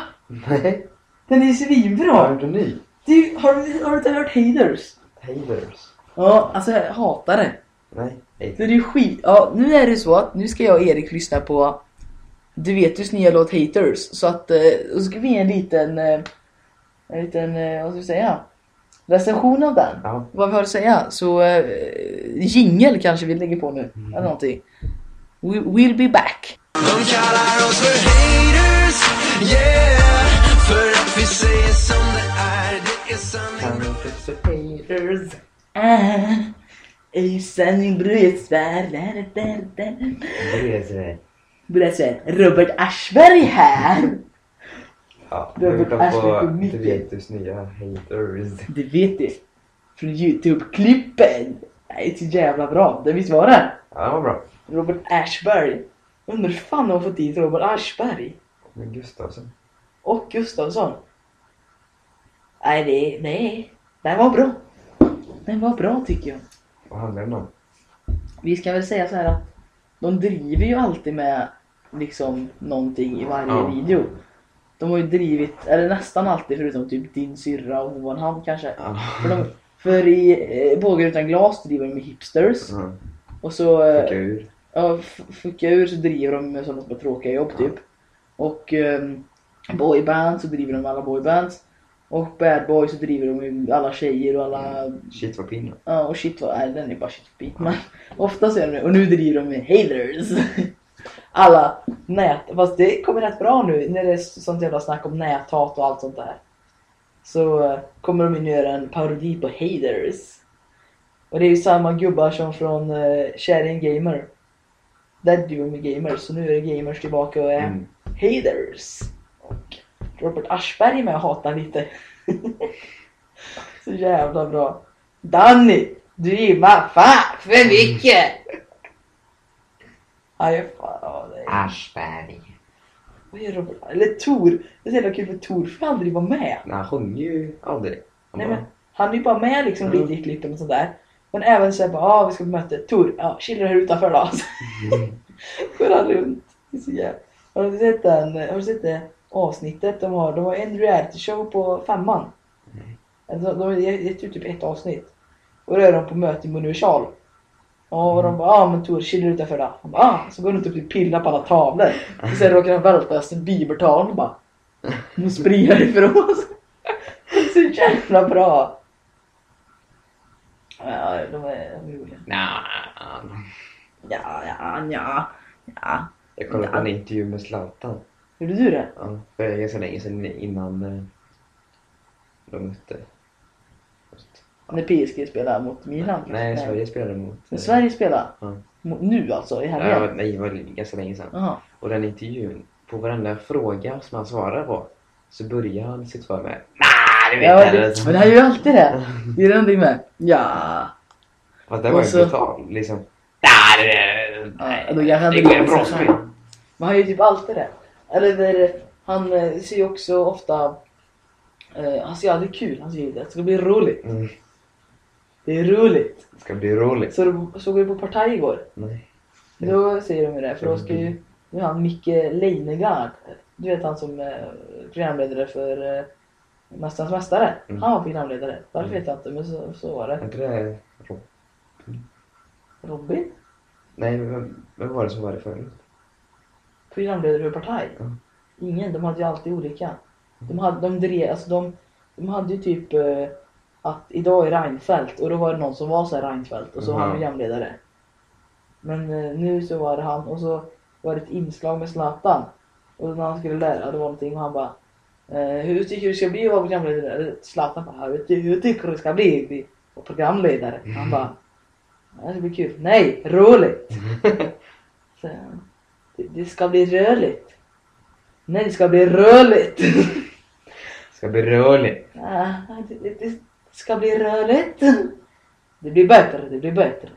S2: Nej.
S1: Den är ju
S2: Har
S1: svinbra!
S2: du ny?
S1: Du, har, du- har du inte hört Haters?
S2: Haters.
S1: Ja, alltså jag hatar det.
S2: Nej.
S1: Det
S2: Haters.
S1: är ju skit. Ja, nu är det så att nu ska jag och Erik lyssna på Du vet just nya låt Haters. Så att eh, då ska vi ge en liten, eh, en liten, eh, vad ska vi säga? Recension av den.
S2: Ja.
S1: Vad vi har att säga. Så eh, jingel kanske vi lägger på nu. Eller någonting. We, we'll be back.
S3: De kallar oss för haters, yeah För att vi säger som det är, det är sanning
S1: Haters. Ah, är sanning brödsvärd.
S2: Det är sådär.
S1: Robert Aschberg här.
S2: Ja.
S1: Det har
S2: Nu är
S1: varit Ashley
S2: de på
S1: Kubicki.
S2: Juventus nya haters.
S1: Det vet du. Från Youtube-klippen. Det är så jävla bra. Det visst var det?
S2: Ja, det var bra.
S1: Robert Aschberg. Undrar hur fan de har fått dit Robert Aschberg.
S2: Men Gustavsson.
S1: Och Gustafsson. Nej, det, nej. Den var bra. Den var bra tycker jag.
S2: Vad handlar den om?
S1: Vi ska väl säga så här att de driver ju alltid med liksom någonting i varje
S2: Ja.
S1: video. De har ju drivit, eller nästan alltid förutom typ din syrra och Johan Hamn kanske. För, de, för i eh, Bågar utan glas driver de med hipsters.
S2: Mm.
S1: Och så
S2: Fucka
S1: eh,
S2: ur.
S1: ja, f- fucka ur så driver de med sådana som har tråkiga jobb typ. Och ehm, boyband så driver de med alla boybands. Och bad boy så driver de med alla tjejer och alla...
S2: Shit vad pinne.
S1: Ja och shit vad... Nej den är bara shitbeat men oftast är det Och nu driver de med haters. Alla nät... Fast det kommer rätt bra nu när det är sånt jävla snack om näthat och allt sånt där. Så eh, kommer de in och göra en parodi på haters. Och det är ju samma gubbar som från uh, Kärring Gamer. Där driver de med gamers, så nu är det gamers tillbaka och är
S2: Mm.
S1: haters. Och Robert Aschberg är med och hatar lite. så jävla bra. Danny! Du gymmar fan för mycket! Aj, fan, ja, det
S2: Ah.
S1: är...
S2: Aschberg.
S1: Vad gör Robert? Eller Tor! Det är så jävla kul för Tor får aldrig vara med.
S2: Nej, han sjunger ju aldrig. Han
S1: Nej,
S2: bara,
S1: men han är ju bara med liksom
S2: Mm.
S1: lite i klippen och sådär. Men även såhär bara, ah, vi ska på möte. Tor, ja, chillar här utanför då.
S2: "Mm."
S1: Går han runt. Det är så jävla... Har du sett den, har du sett det avsnittet de har? De har en reality show på femman. Alltså, De, de har gett ut typ ett avsnitt. Och då är de på möte med Universal. Och de bara, ah men Tor, chillar utanför då. Han bara, ah. Så går de typ och pillar på alla tavlor. Och sen råkar han välta Justin Bieber-tavlan och bara, de springer ifrån sig. Så jävla bra! Ja, de är de är roliga.
S2: "Nah."
S1: Ja, ja, ja. ja.
S2: Jag kollade på en intervju med Zlatan.
S1: Gjorde du det?
S2: Ja, för det är ganska länge sedan innan eh, de mötte.
S1: När PSG spelade mot Milan?
S2: Nej, Sverige spelade mot...
S1: När Sverige spelade?
S2: Ja.
S1: Mot nu alltså, i helgen?
S2: Ja, nej, det var ganska länge sedan.
S1: Jaha.
S2: Och den intervjun, på varenda fråga som han svarar på så börjar han sitt svar med Nej, du vet
S1: Ja,
S2: jag
S1: det, men han gör ju alltid det. Det är det någonting med. Ja.
S2: Fast det var
S1: Och
S2: ju
S1: så-
S2: brutal, liksom. "Nej, det-
S1: alltså- Ja, då kanske han
S2: det
S1: inte
S2: går ju
S1: går
S2: bra
S1: så
S2: för
S1: här."
S2: mig.
S1: Men han gör ju typ alltid det. Eller när han eh, ser ju också ofta... Eh, han ser ju aldrig kul, han ser ju det. Det ska bli roligt.
S2: Mm,
S1: Det är roligt.
S2: Det ska bli roligt.
S1: Så såg vi på Partaj igår.
S2: Nej.
S1: Då säger de ju det, för då ska ju nu är han Micke Leijnegard, du vet han som eh, programledare för eh, Mästarnas Mästare.
S2: Mm.
S1: Han var programledare. Varför
S2: Mm.
S1: vet jag inte, men så, så var det.
S2: Är inte det Rob?
S1: Robin?
S2: Nej, men vem, vem var det som var det förut?
S1: Programledare för Partaj?
S2: Mm.
S1: Ingen, de hade ju alltid olika. De hade, de drev, alltså de, de hade ju typ eh, att idag är Reinfeldt och då var det någon som var så här Reinfeldt och så var han
S2: Mhm.
S1: programledare. Men eh, nu så var det han och så var det ett inslag med Zlatan. Och när han skulle lära det var någonting och han bara eh, Hur tycker du det ska bli att vara programledare? Eller Zlatan bara hur, ty- hur tycker du det ska bli att bli programledare? Han bara "Ja, Det ska bli kul. Nej, roligt! så, det Det, det ska bli rörligt. Nej, det ska bli rörligt.
S2: Ska bli rörlig.
S1: Ah, det, det, det ska bli rörligt. Det blir bättre, det blir bättre.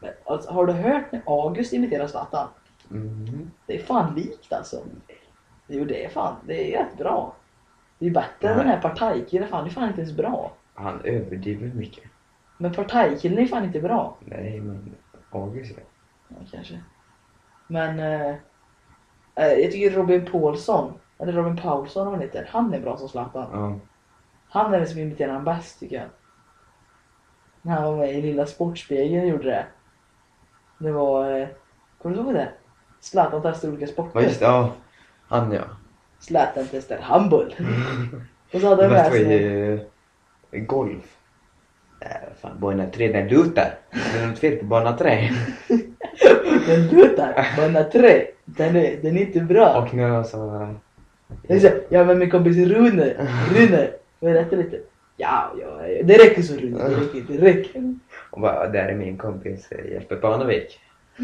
S1: Men, Alltså, har du hört när August imiterar Zlatan?
S2: Mm.
S1: Det är fan likt alltså. Jo det är fan, det är rätt bra. Det är bättre än
S2: Nej.
S1: den här partajkillen, fan det är fan inte ens bra.
S2: Han överdriver mycket.
S1: Men partajkillen är fan inte bra.
S2: Nej, men August är
S1: Ja, kanske. Men... Eh, eh, jag tycker Robin Paulsson, eller Robin Paulsson om han heter, han är bra som Zlatan.
S2: Ja.
S1: Han är den som imiterar han bäst tycker jag. När han var med i Lilla Sportspegeln och gjorde det. Det var... Eh, kommer du ihåg det? Zlatan testar olika sporter.
S2: Men just det, ja. Han ja.
S1: Zlatan testar handboll. och så hade
S2: Mm. Det
S1: han med
S2: var
S1: sig...
S2: ju eh, golf. Äh, fan, bojorna tre, den lutar. Det är något fel på bana tre.
S1: Den lutar, den har tre. Den är, den är inte bra.
S2: Och nu så...
S1: Jag säger, ja men min kompis Rune, Rune, berätta lite. Ja, ja, ja, det räcker så Rune, det räcker, det räcker.
S2: Och bara, där är min kompis eh, Jeppe Barnevik.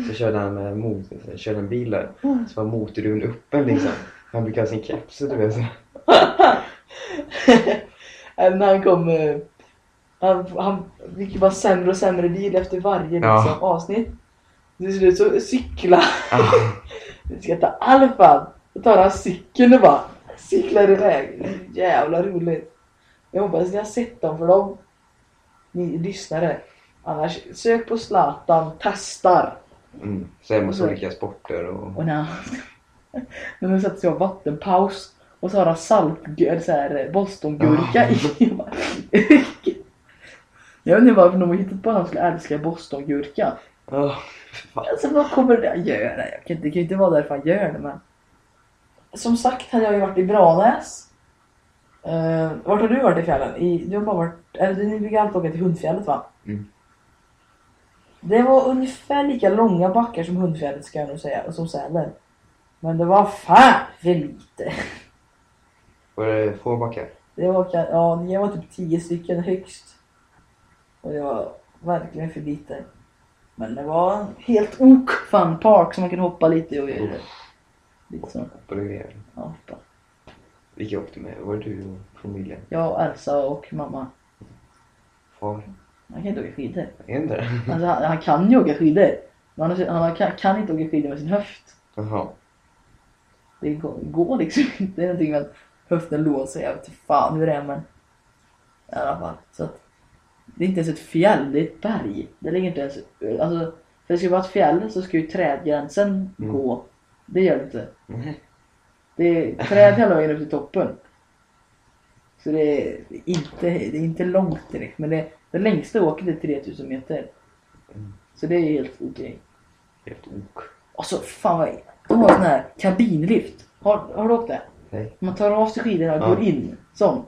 S2: Så körde han eh, mot, så körde en bil där. Så var motorruven öppen liksom. Han brukar ha sin keps och du vet så.
S1: Äh, När han kom, eh, han, han gick ju bara sämre och sämre bil efter varje
S2: Ja.
S1: liksom, avsnitt. Till slut så cykla.
S2: Ah,
S1: Vi ska ta alfan. Då tar han cykeln och bara cyklar iväg. Jävla roligt. Jag hoppas ni har sett dem för dem. Ni lyssnare. Annars sök på Zlatan testar.
S2: Mm. Så är det massa olika sporter och...
S1: Och när han... när han satte sig av vattenpaus. Och så har han saltgurka, så här bostongurka i. Jag bara, Jag vet inte varför de har hittat på att han skulle älska bostongurka.
S2: Ah, fan.
S1: Alltså vad kommer det att göra? Jag kan inte, det kan ju inte vara därför han gör det men... Som sagt hade jag ju varit i Branäs. Uh, vart har du varit i fjällen? I, du har bara varit... Eller ni brukar alltid åka till Hundfjället va?
S2: Mm.
S1: Det var ungefär lika långa backar som Hundfjället ska jag nog säga, och som Sälen. Men det var fan för lite.
S2: Var det få backar?
S1: Det var, ka- ja, jag var typ 10 stycken högst. Och det var verkligen för lite. Men det var en helt ok funpark som man kunde hoppa lite i och göra det. Lite så.
S2: På det
S1: Ja, hoppa.
S2: Vilka åkte med? Var det du och familjen?
S1: Jag och Elsa och mamma.
S2: Far?
S1: Han kan inte åka skidor.
S2: Är det det?
S1: Alltså, han, han kan ju åka skidor. Men han, han kan, kan inte åka skidor med sin höft.
S2: Jaha.
S1: Det går, går liksom inte. Det är någonting med att höften låser. Jag vet inte fan hur det är men. I alla fall. Så att, det är inte ens ett fjäll, det är ett berg. Det ligger inte ens... Alltså, för det ska vara ett fjäll så ska ju trädgränsen
S2: Mm.
S1: gå. Det gör det inte.
S2: Nej.
S1: Det är träd hela vägen upp till toppen. Så det är inte, det är inte långt direkt. Men det, det längsta åket är 3000 meter. Så det är helt okej.
S2: Helt ok.
S1: Och så fan vad... De har sån här kabinlift. Har, har du åkt det?
S2: Nej.
S1: Man tar av sig skidorna och
S2: Ja.
S1: går in. Sån.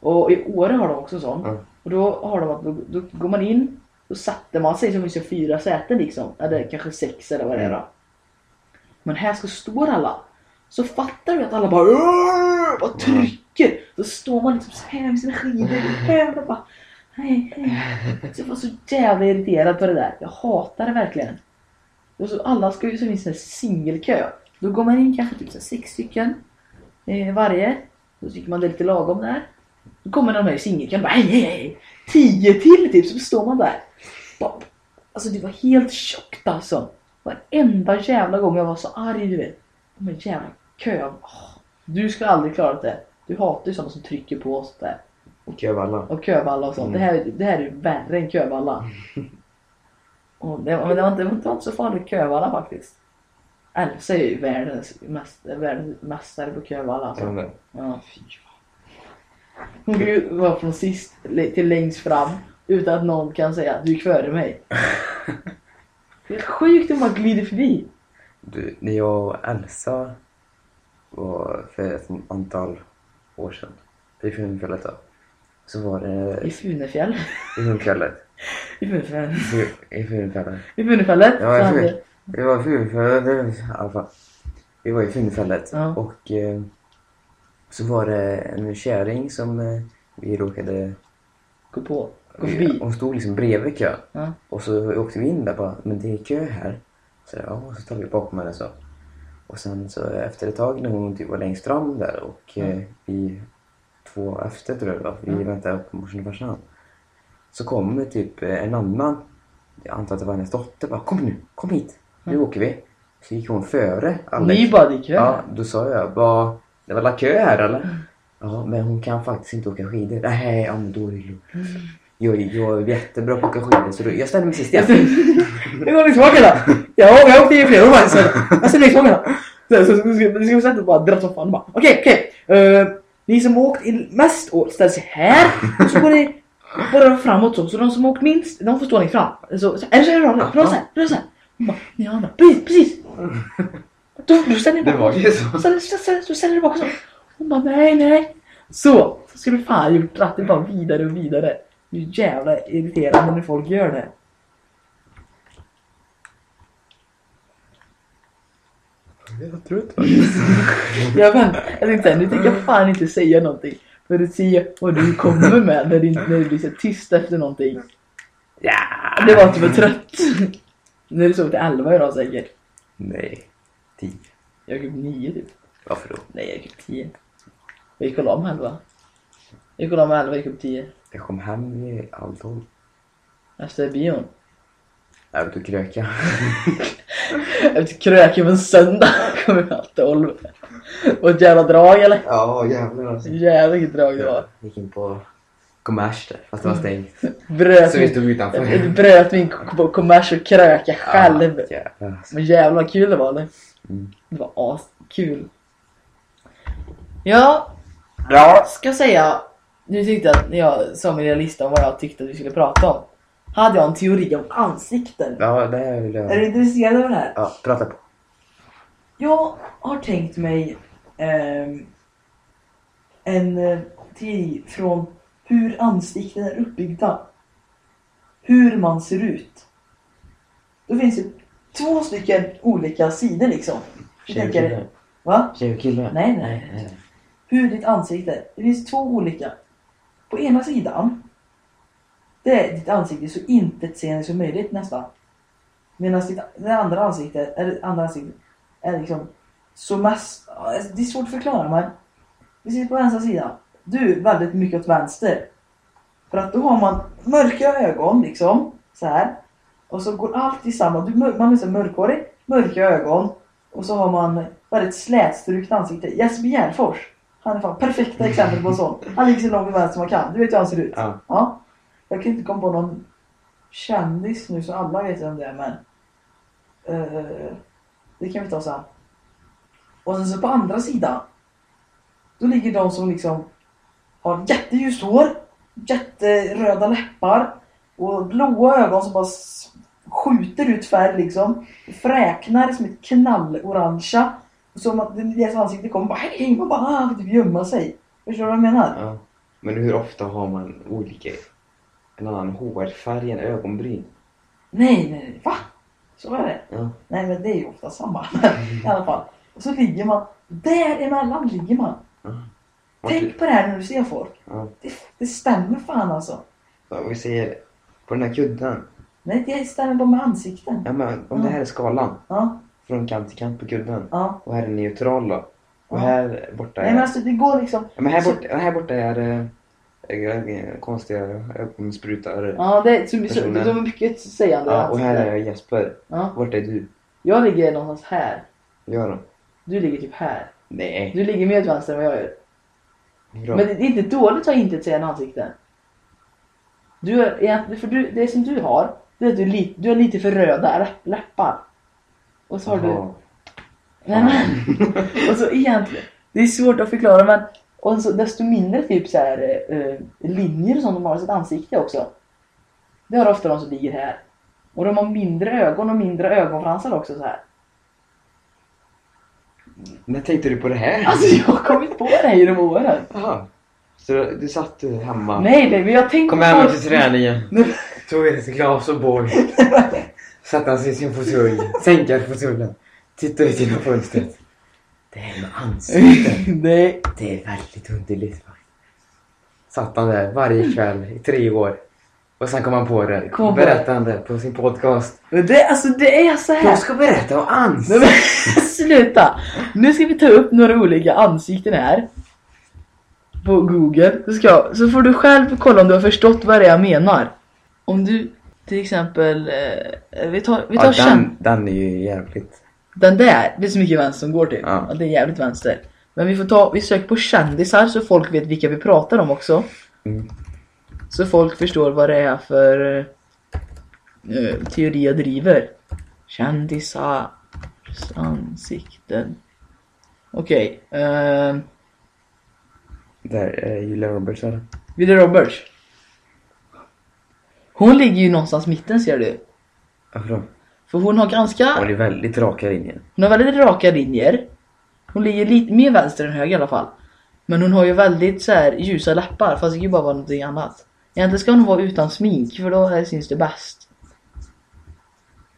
S1: Och i Åre har de också sån.
S2: Ja.
S1: Och då har de att då, då går man in. Då sätter man sig. Så finns det fyra säten liksom. Eller kanske sex eller vad det är då. Men här så står alla. Så fattar du att alla bara "Åh!" bara trycker. Då står man liksom så här med sina skidor. Här och bara, nej, nej. Så jag var så jävla irriterad på det där. Jag hatar det verkligen. Och så alla ska ju, så finns det en singelkö. Då går man in kanske typ så här sex stycken eh, varje. Då tycker man det är lite lagom där. Då kommer de här i singelkön och bara hej, hej, hej. Tio till typ, så står man där. Bara, alltså det var helt tjockt alltså. Varenda jävla gång jag var så arg du vet. De här jävla kön. Åh, du ska aldrig klara det. Du hatar ju sådana som trycker på oss där.
S2: Kövalla.
S1: Och kövalla och sånt.
S2: Mm.
S1: Det, här, det här är värre än kövalla. och det, var- men det var, inte, det var inte så farligt kövalla faktiskt. Elsa är ju världens, mäst, världens mästare på kövalla. Alltså.
S2: Är de där?
S1: Ja.
S2: Fy fan.
S1: Hon kan ju vara från sist li- till längst fram utan att någon kan säga att du gick före mig. Det är sjukt hur man glider förbi.
S2: Du, när jag och Elsa var för ett antal år sedan i filmkvället då. Så var det
S1: I Funefjäll.
S2: i filmkvället.
S1: I Funefjället.
S2: Fu- I filmkvället.
S1: I Funefjället.
S2: Ja,
S1: så
S2: jag
S1: hade-
S2: tror- det var filmfället. I alla fall. Vi var i filmfället
S1: Ja.
S2: och eh, så var det en kärring som eh, vi råkade...
S1: Gå på. Gå
S2: vi-
S1: förbi.
S2: Hon stod liksom bredvid kön.
S1: Ja.
S2: Och så åkte vi in där bara, men det är kö här. Så ja, så tar vi bakom henne så. Och sen så efter ett tag när hon typ var längst fram där och eh, vi två efter tror jag det var, vi
S1: Mm.
S2: väntade på morsan och farsan. Så kommer typ eh, en annan, jag antar att det var hennes dotter, bara kom nu, kom hit, nu
S1: Mm.
S2: åker vi. Så gick hon före Alex.
S1: Ni bara gick
S2: Ja,
S1: ja.
S2: då sa jag bara, det var la kö här eller? Ja, men hon kan faktiskt inte åka skidor. Nej, ja men då är det lugnt. Jag, är- jag är jättebra på att åka skidor så då, jag ställer mig sist igen.
S1: Hur går leksakerna? Ja, jag åkte i flera år faktiskt. Jag ser leksakerna. Så, så, så, så, så ska vi sätta och bara dra som fan bara. Okej, okej. Eh, ni som åkt i mest år ställs här. Och så går det bara framåt så. Så de som åkt minst, de får stå längst fram. Så, så, är det så här du har det? Rör så här, rör så här. Hon bara, Ni andra, precis, precis. Då, då ställer ni bakom.
S2: ju så.
S1: Så ställer, så ställer, så ställer du bakom så. Hon bara, nej, nej. Så, så skulle du fan gjort att det bara vidare och vidare. Det är ju jävla irriterande när folk gör det.
S2: Jag tror inte faktiskt.
S1: Jag vänt, jag tänkte såhär, nu tänker jag fan inte säga någonting. För att se vad du kommer med när det, när det blir så tyst efter någonting.
S2: Ja.
S1: Det var att du var trött. när du sov till 11 idag säkert.
S2: Nej. Tio.
S1: Jag gick upp 9 typ.
S2: Varför då?
S1: Nej, jag gick upp 10. Jag gick och la mig 11. Jag gick och la mig 11, jag gick upp 10.
S2: Jag kom hem vid halv tolv.
S1: Efter bion.
S2: Jag du kröka.
S1: Efter kröken på en söndag kom jag halv 12. Och ett jävla drag eller?
S2: Ja, jävlar alltså.
S1: Jävlar vilket drag det var.
S2: Gick in på kommers där, fast det var stängt.
S1: Bröt
S2: Så vi
S1: min,
S2: stod utanför.
S1: jag bröt min k- k- kommers och kröka själv.
S2: Ja, jävlar alltså.
S1: Men jävla kul det var det.
S2: Mm.
S1: Det var askul. Ja,
S2: Ja.
S1: ska säga. Du tyckte att när jag sa min lilla lista om vad jag tyckte att vi skulle prata om. Hade jag en teori om ansikten.
S2: Ja, det här vill
S1: Är du
S2: jag...
S1: intresserad av det här?
S2: Ja, prata på.
S1: Jag har tänkt mig ehm, en eh, teori från hur ansikten är uppbyggda. Hur man ser ut. Då finns det två stycken olika sidor liksom. Du
S2: Tjejer och
S1: tänker-
S2: killar.
S1: Va?
S2: Tjejer och killar?
S1: Nej, nej. hur ditt ansikte, det finns två olika. På ena sidan, det är ditt ansikte så intetsägande som möjligt nästan. Medan ditt, det andra ansiktet, eller andra ansiktet, är liksom så mest, ja, det är svårt att förklara men. Precis på vänstra sidan, du är väldigt mycket åt vänster. För att då har man mörka ögon liksom, så här. Och så går allt i samma, du, man är så mörkhårig, mörka ögon. Och så har man väldigt slätstruket ansikte. Jesper Järfors. Han är fan perfekta exempel på en sån. Han ligger så långt till vänster som man kan. Du vet hur han ser ut.
S2: Ja.
S1: Ja. Jag kan inte komma på någon kändis nu så alla vet vem det är men. eh, det kan vi ta sen. Och sen så på andra sidan. Då ligger de som liksom har jätteljust hår, jätteröda läppar och blåa ögon som bara s- skjuter ut färg liksom. Fräknar som ett knallorangea. Som att deras ansikte kommer bara hej, man bara ah, vill typ gömma sig. Förstår du vad jag menar?
S2: Ja. Men hur ofta har man olika, en annan hårfärg än ögonbryn?
S1: Nej, nej, nej, va? Så är det?
S2: Ja.
S1: Nej, men det är ju ofta samma. I alla fall. Och så ligger man, däremellan ligger man. Tänk på det här när du ser folk.
S2: Ja.
S1: Det, det stämmer fan alltså.
S2: Vad vi säger, på den här kudden.
S1: Nej, det stämmer bara med ansikten.
S2: Ja, men om
S1: Ja.
S2: det här är skalan,
S1: Ja,
S2: från kant till kant på kudden.
S1: ja.
S2: Och här är neutral då. Och
S1: Ja.
S2: här borta
S1: Nej men
S2: är...
S1: alltså det går liksom.
S2: Ja, men här borta, här borta är eh, eh, konstiga ögonsprutar.
S1: Ja, det är, så, så,
S2: Personen.
S1: de är mycket sägande.
S2: Ja, och här
S1: ansikten.
S2: är Jesper.
S1: Ja.
S2: Vart är du?
S1: Jag ligger någonstans här.
S2: Gör då.
S1: Du ligger typ här.
S2: Nej.
S1: Du ligger mer åt vänster än vad jag gör.
S2: Hur då?
S1: Men det är inte dåligt att ha intetsägande ansikten. Du är, egentligen- för du, det som du har, det är att du, är lite, du har lite för röda läpp- läppar. Och så har du...
S2: Jaha.
S1: Nej, men, och så egentligen, det är svårt att förklara men och så, desto mindre typ så här, eh, linjer som de har i sitt ansikte också. Det har ofta de som ligger här. Och de har mindre ögon och mindre ögonfransar också så här.
S2: När tänkte du på det här?
S1: Alltså jag har kommit på det här genom åren.
S2: Jaha. Så du satt eh, hemma?
S1: Nej, nej men jag tänker
S2: Kom
S1: på-
S2: hem till träningen.
S1: Nej,
S2: Tog ett glas och båg. Satte han sig i sin fåtölj. Sänkade fåtöljen. Tittade ut genom fönstret. Det här med ansikten.
S1: nej.
S2: Det är väldigt underligt faktiskt. Satt han där varje kväll i tre år. Och sen kom han på det.
S1: Kom på det.
S2: Berättande på sin podcast.
S1: Men det, alltså det är så
S2: Jag
S1: här.
S2: ska berätta om ans.
S1: Nej, men, sluta! Nu ska vi ta upp några olika ansikten här. På google. Så, ska jag, så får du själv kolla om du har förstått vad det är jag menar. Om du till exempel... Eh, vi tar, vi tar
S2: Ja,
S1: känd...
S2: den, den är ju jävligt.
S1: Den där, det är så mycket vänster som går till.
S2: Ja.
S1: Ja. Det är jävligt vänster. Men vi får ta, vi söker på kändisar så folk vet vilka vi pratar om också.
S2: Mm.
S1: Så folk förstår vad det är för eh, teori jag driver. Kändisars ansikten. Okej, ehm,
S2: Där är Julia Roberts eller?
S1: Julia Roberts. Hon ligger ju någonstans mitten ser du.
S2: Varför då?
S1: För hon har ganska...
S2: Hon är väldigt raka linjer.
S1: Hon har väldigt raka linjer. Hon ligger lite mer vänster än höger i alla fall. Men hon har ju väldigt så här ljusa läppar fast det kan ju bara vara någonting annat. Egentligen ska hon vara utan smink för då här syns det bäst.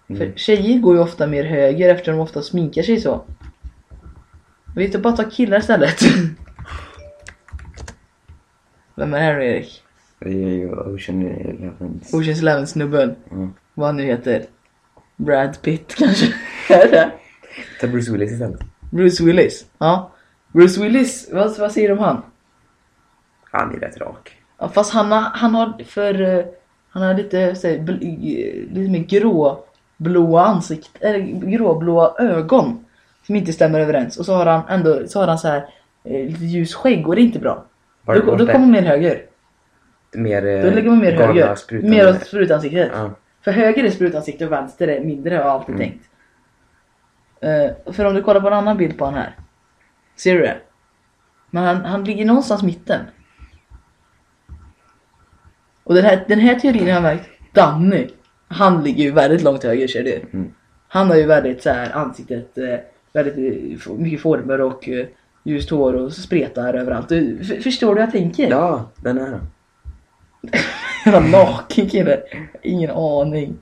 S2: Mm.
S1: För tjejer går ju ofta mer höger eftersom de ofta sminkar sig så. Vi tar bara ta killar istället. Vem är det här nu Erik?
S2: Det är ju Ocean Elevens.
S1: Oceans Eleven snubben.
S2: Mm.
S1: Vad han nu heter. Brad Pitt kanske? är det?
S2: Ta Bruce Willis istället.
S1: Bruce Willis. Ja. Bruce Willis, vad, vad säger du om han?
S2: Han är rätt rak.
S1: Ja, fast han, har- han har för... eh, Han har lite, så, här, bl- eh, lite mer gråblåa ansikt, eller gråblåa ögon. Som inte stämmer överens. Och så har han ändå så har han så här, eh, lite ljus skägg och det är inte bra.
S2: Var
S1: då
S2: det bort
S1: då
S2: det?
S1: kommer man mer höger.
S2: Mer... eh,
S1: Då lägger man mer
S2: galna
S1: höger.
S2: sprutan.
S1: Mer åt sprutansiktet.
S2: Ja.
S1: För höger är sprutansikte och vänster är mindre har jag alltid tänkt. Eh, för om du kollar på en annan bild på han här. Ser du det? Men han, han ligger någonstans mitten. Och den här, den här teorin har jag märkt. Danny. Han ligger ju väldigt långt höger ser du.
S2: Mm.
S1: Han har ju väldigt så här ansiktet. eh, väldigt eh, f- mycket former och eh, ljust hår och spretar överallt. Du, f- förstår du vad jag tänker?
S2: ja, den är han.
S1: Jävla naken kille. Ingen aning.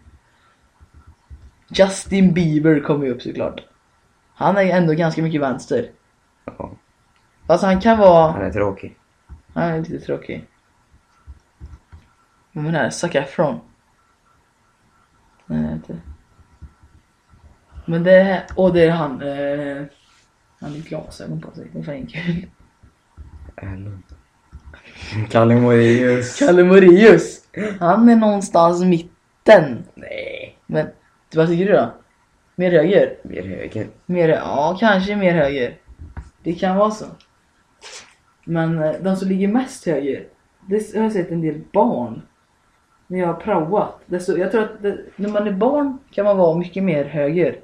S1: Justin Bieber kommer ju upp såklart. Han är ju ändå ganska mycket vänster.
S2: Ja,
S1: Fast han kan vara...
S2: han är tråkig.
S1: Han är lite tråkig. Men den här Zac Efron. Nej, jag vet inte. Men det är... Åh, det är han. Eh, han har glasögon på sig. Det är fan ingen kul.
S2: Ellen. Kalle Moraeus.
S1: Kalle Moraeus. Han är någonstans mitten.
S2: Nej.
S1: Men vad tycker du då? Mer höger?
S2: Mer höger.
S1: Mer, ja, kanske mer höger. Det kan vara så. Men eh, de som ligger mest höger, det har jag sett en del barn. När jag har praoat. Det så, jag tror att det, när man är barn kan man vara mycket mer höger.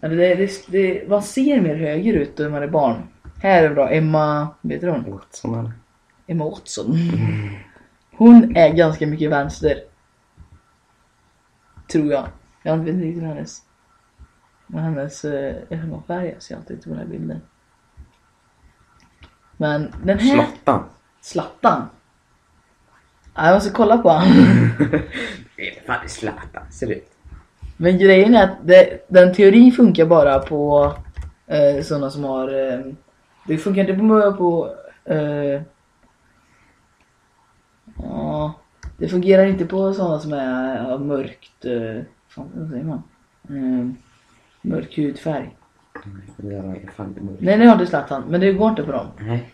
S1: Eller det, det, det, man ser mer höger ut när man är barn. Här är bra, Emma, vet du hon?
S2: Watson eller?
S1: Emma Watson. Hon är ganska mycket vänster. Tror jag. Jag vet inte riktigt vad hennes... Vad hennes eh, ögonfärg är, så jag har inte på den här bilden. Men den här
S2: Zlatan.
S1: Zlatan. Ja, Jag måste kolla på honom.
S2: Jag vet fan hur Zlatan ser ut.
S1: Men grejen är att det, den teorin funkar bara på eh, sådana som har... Eh, det funkar inte på... på eh, ja, det fungerar inte på sådana som är har mörkt... Eh, fan, vad säger man? Eh, mörk hudfärg.
S2: Den där har jag fan inte mörk.
S1: Nej, det har inte Zlatan, men det går inte på dem.
S2: Nej.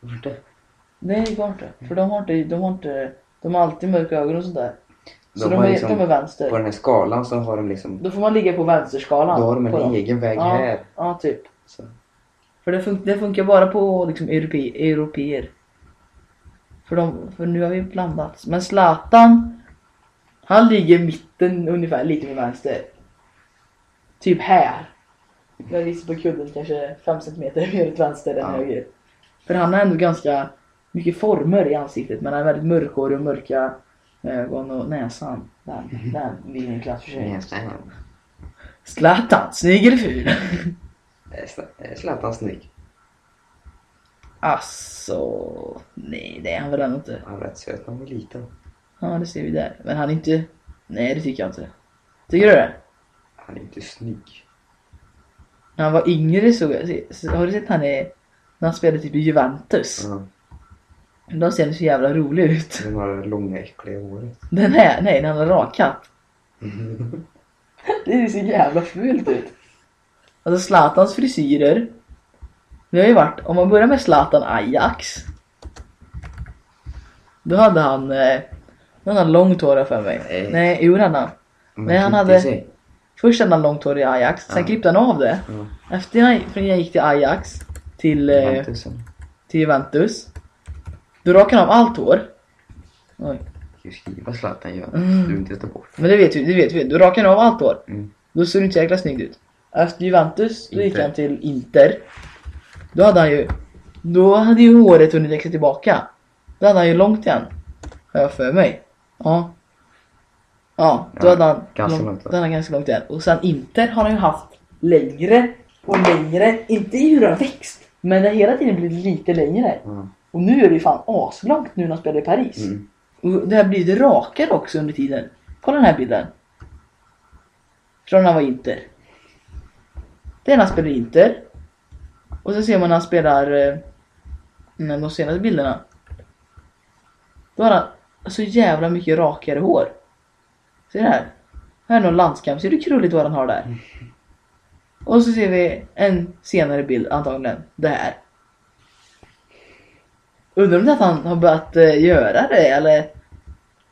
S2: Varför inte?
S1: Nej, det går inte. För de har inte... De har, inte, de har alltid mörka ögon och sådär. Så
S2: De
S1: de,
S2: har
S1: är,
S2: liksom-
S1: de är vänster.
S2: På den här skalan så har de liksom...
S1: Då får man ligga på vänsterskalan.
S2: Då har de en
S1: på dem.
S2: egen väg
S1: ja,
S2: här.
S1: Ja, typ.
S2: Så.
S1: För det, fun- det funkar bara på liksom europe- europeer. För, de, för nu har vi blandats. Men Zlatan, han ligger i mitten ungefär, lite med vänster. Typ här. Jag gissar på kudden kanske 5 cm mer åt vänster än
S2: Ja.
S1: höger. För han har ändå ganska mycket former i ansiktet men han är väldigt mörkhårig och mörka ögon och näsan.
S2: Mhm.
S1: Den, den vinner en klass för sig.
S2: Nej, Zlatan.
S1: Zlatan, snygg eller ful?
S2: Är Eh, Zla- är Zlatan snygg?
S1: Alltså, nej det är han väl ändå inte.
S2: Han var rätt söt när han var liten.
S1: Ja, det ser vi där. Men han är inte... Nej, det tycker jag inte. Tycker du det?
S2: Han är inte snygg.
S1: När han var yngre såg jag... så- Har du sett han är... När han spelade typ i Juventus?
S2: Ja.
S1: De ser så jävla roliga ut.
S2: Den har det långa äckliga håret.
S1: Den här, nej den har rakat. Mhm. Det ser så jävla fult ut. Alltså Zlatans frisyrer. Det har ju varit, om man börjar med Zlatan Ajax. Då hade han, eh, då hade han långt hår har jag för mig.
S2: Nej.
S1: Nej, jo det hade han.
S2: Men
S1: Nej, han
S2: klippte
S1: hade-
S2: sig.
S1: Först hade han långt hår i Ajax, sen
S2: Ja.
S1: klippte han av det.
S2: Ja.
S1: Efter han, från jag gick till Ajax till, eh,
S2: Fantusen.
S1: till Juventus. Då rakade han av allt hår. Oj.
S2: Du kan ju skriva Zlatan ju.
S1: Mm.
S2: Du vill inte ta bort.
S1: Men det vet vi, det vet vi. Då rakade han av allt hår.
S2: Mm.
S1: Då såg det inte så jäkla snyggt ut. Efter Juventus, då gick
S2: Inter.
S1: han till Inter. Då hade han ju... Då hade ju håret hunnit växa tillbaka. Då hade han ju långt igen. Har jag för mig. Ja. Ja, då
S2: Ja,
S1: hade han...
S2: ganska
S1: lång-
S2: långt då.
S1: Då hade han ganska långt igen. Och sen Inter har han ju haft längre och längre. Inte i hur det har växt. Men det har hela tiden blivit lite längre.
S2: Ja.
S1: Och nu är det ju fan aslångt nu när han spelar i Paris.
S2: Mm.
S1: Och det här blir lite rakare också under tiden. Kolla den här bilden. Från när han var Inter. Det är när han spelar i Inter. Och sen ser man när han spelar eh, nej, de senaste bilderna. Då har han så jävla mycket rakare hår. Ser du här? Här är någon landskamp. Ser du krulligt hår han har där? Och så ser vi en senare bild antagligen. Det här. Undrar om det är att han har börjat eh, göra det eller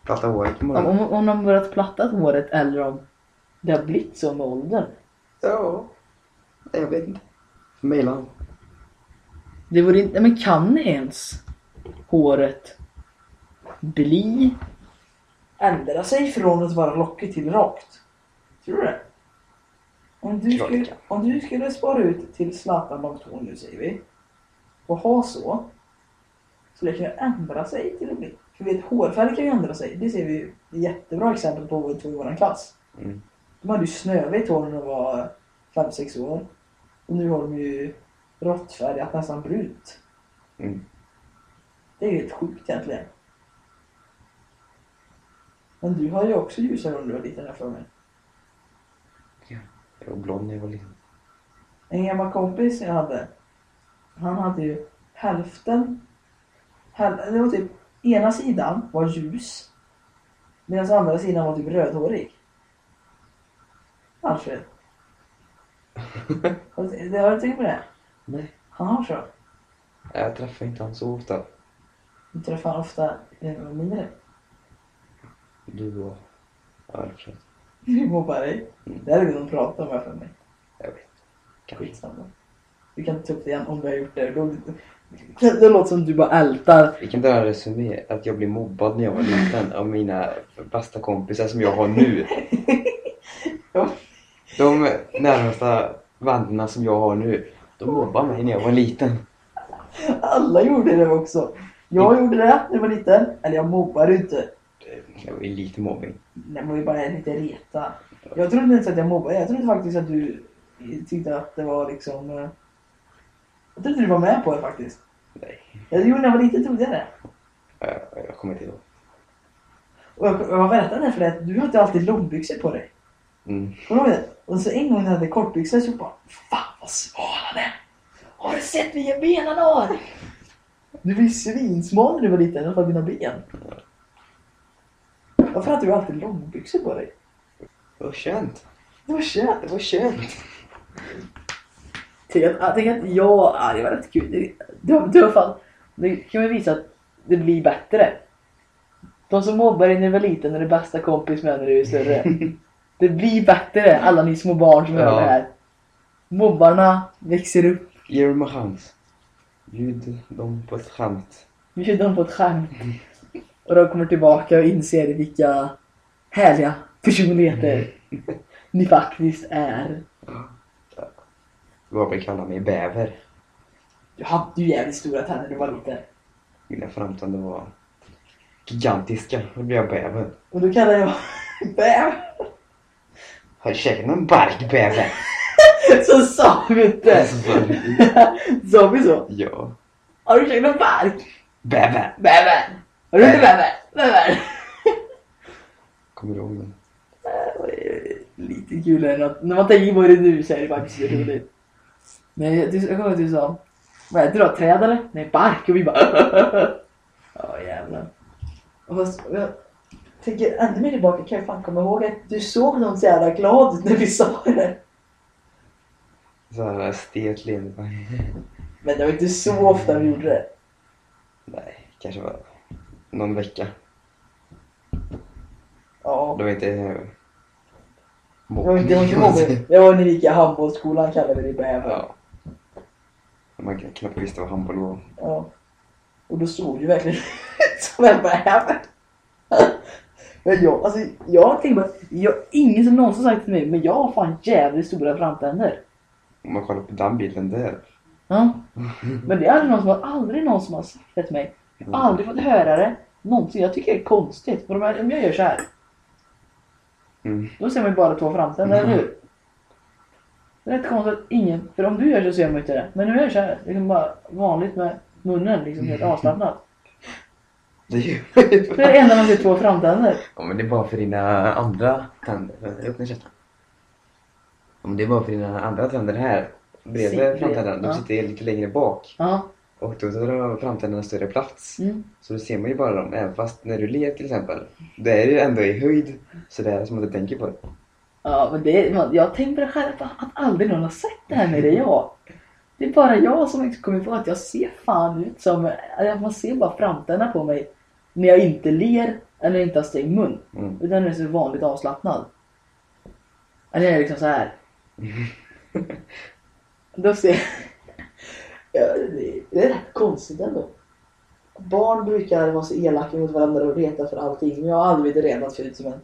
S2: Platta håret kan man
S1: om, om, om de har börjat platta håret eller om det har blivit så med åldern.
S2: Ja. Nej, Jag vet inte. Mejla han.
S1: Det vore inte, men kan ens håret bli? Ändra sig från att vara lockigt till rakt. Tror du det? Om du,
S2: Klart det
S1: skulle, om du skulle spara ut till Zlatan långt hår nu säger vi. Och ha så. Så det kan ju ändra sig till att bli. För vi vet hårfärg kan ju ändra sig. Det ser vi ju jättebra exempel på i vår klass.
S2: Mm.
S1: De hade ju snövigt hår när de var 5-6 år. Och nu har de ju råttfärgat, nästan brunt.
S2: Mm.
S1: Det är ju helt sjukt egentligen. Men du har ju också ljusare hår när du var liten här för mig.
S2: Jag var blond när jag var liten.
S1: En gammal kompis jag hade. Han hade ju hälften. Häl, det var typ ena sidan var ljus. Medan andra sidan var typ rödhårig. Alfred. Har du- det- Har du tänkt på det?
S2: Nej.
S1: Han har så.
S2: Jag träffar inte han så ofta.
S1: Du träffar han ofta när du var mindre.
S2: Du och Alfred.
S1: Du mobbar dig. Det här vill de prata om här för mig.
S2: Jag vet. Kanske.
S1: Skitsamma. Vi kan ta upp det igen om vi har gjort det. Då, det, det låter som du bara ältar.
S2: Vi kan dra en resumé att jag blev mobbad när jag var liten av mina bästa kompisar som jag har nu.
S1: Ja.
S2: De närmsta vännerna som jag har nu, de mobbade mig när jag var liten.
S1: Alla gjorde det också. Jag gjorde det när jag var liten. Eller jag mobbade inte.
S2: Det var ju lite mobbing.
S1: Nej, men vi bara lite reta. Jag trodde inte ens att jag mobbade. Jag trodde faktiskt att du tyckte att det var liksom... eh, Jag trodde du var med på det faktiskt.
S2: Nej,
S1: Jag gjorde när jag var liten trodde jag det.
S2: jag, jag kommer inte ihåg.
S1: Och jag, jag berättade det för dig att du hade alltid långbyxor på dig.
S2: Mm.
S1: Kommer du ihåg det? Och så en gång när jag hade kortbyxor så bara Fan vad smal han är! Har du sett vilka ben han har? Du var ju svinsmal när du var liten, i alla fall dina ben. Varför hade du alltid långbyxor på dig?
S2: Det var skönt.
S1: Det var kärt.
S2: Det var skönt.
S1: Tänk att, tänk att jag, ja, det var rätt kul. Det, det, det, var fan, det kan ju visa att det blir bättre. De som mobbar dig när du var liten är det bästa kompis med när du är större. Det blir bättre, alla ni små barn som hör
S2: Ja.
S1: det här. Mobbarna växer upp.
S2: Ge dem en chans. Bjud dem på ett skämt.
S1: Bjud dem på ett skämt. Och de kommer tillbaka och inser vilka härliga personligheter ni faktiskt är.
S2: Vad vi kallar mig bäver.
S1: Du hade ju jävligt stora tänder när du var liten.
S2: Mina framtänder var gigantiska. Då blev jag bäver.
S1: Och då kallade jag bäver.
S2: Har du käkat någon bark bäver?
S1: Så sa vi inte! Sa vi så?
S2: Ja.
S1: Har du käkat bark?
S2: Bäver.
S1: Bäver! Har du inte bäver? Bäver!
S2: Kommer du ihåg den?
S1: Det var ju Lite kul än att, när man tänker på det nu så är det faktiskt roligt. Men jag jag kommer ihåg att du sa, vad är det då? Träd eller? Nej, bark. Och vi bara Ja jävlar. Och fast, jag tänker ännu mer tillbaka kan jag fan komma ihåg att du såg någon så jävla glad ut när vi sa det.
S2: Såhär eh, stelt leende.
S1: Men det var inte så ofta vi gjorde det.
S2: Nej, kanske var någon vecka.
S1: Ja.
S2: Det var inte... eh,
S1: Det var inte det var inte mobbing. Det var när vi gick i handbollsskolan kallade vi det i Bäver.
S2: Ja. Man kan knappt visste vad handboll var.
S1: Ja. Och då såg du verkligen ut som en bäver. Men jag, alltså, jag tänker bara, jag, ingen som någonsin sagt till mig, men jag har fan jävligt stora framtänder.
S2: Om man kollar på den bilden där.
S1: Ja. Men det är aldrig någon som har, aldrig någon som har sagt det till mig. Jag har aldrig fått höra det någonsin. Jag tycker det är konstigt. Men om jag, om jag gör så här,
S2: Mm.
S1: då ser man ju bara två framtänder, eller hur? Det är rätt konstigt att ingen, för om du gör så ser man ju inte det. Men om jag gör så här, liksom bara vanligt med munnen, liksom helt avslappnat.
S2: Det gör man ju
S1: Det är det enda man ser två framtänder.
S2: Ja men det är bara för dina andra tänder. Öppna käften. Ja, men det är bara för dina andra tänder här.
S1: Sitter-
S2: Bredvid framtänderna. De
S1: ja.
S2: sitter ju lite längre bak.
S1: Ja.
S2: Och då tar de framtänderna större plats.
S1: Mm.
S2: Så då ser man ju bara dem. Även fast när du ler till exempel. Det är ju ändå i höjd. Så det är som att du tänker på det.
S1: Ja, men det, man, jag tänker på det själv fan, att aldrig någon har sett det här med det är jag. Det är bara jag som inte kommer på att jag ser fan ut som, alltså, man ser bara framtänderna på mig när jag inte ler eller inte har stängd mun.
S2: Mm.
S1: Utan är så vanligt avslappnad. Eller jag är liksom så här. Då ser ja, det, det är rätt konstigt ändå. Barn brukar vara så elaka mot varandra och reta för allting. Men jag har aldrig retat förut som en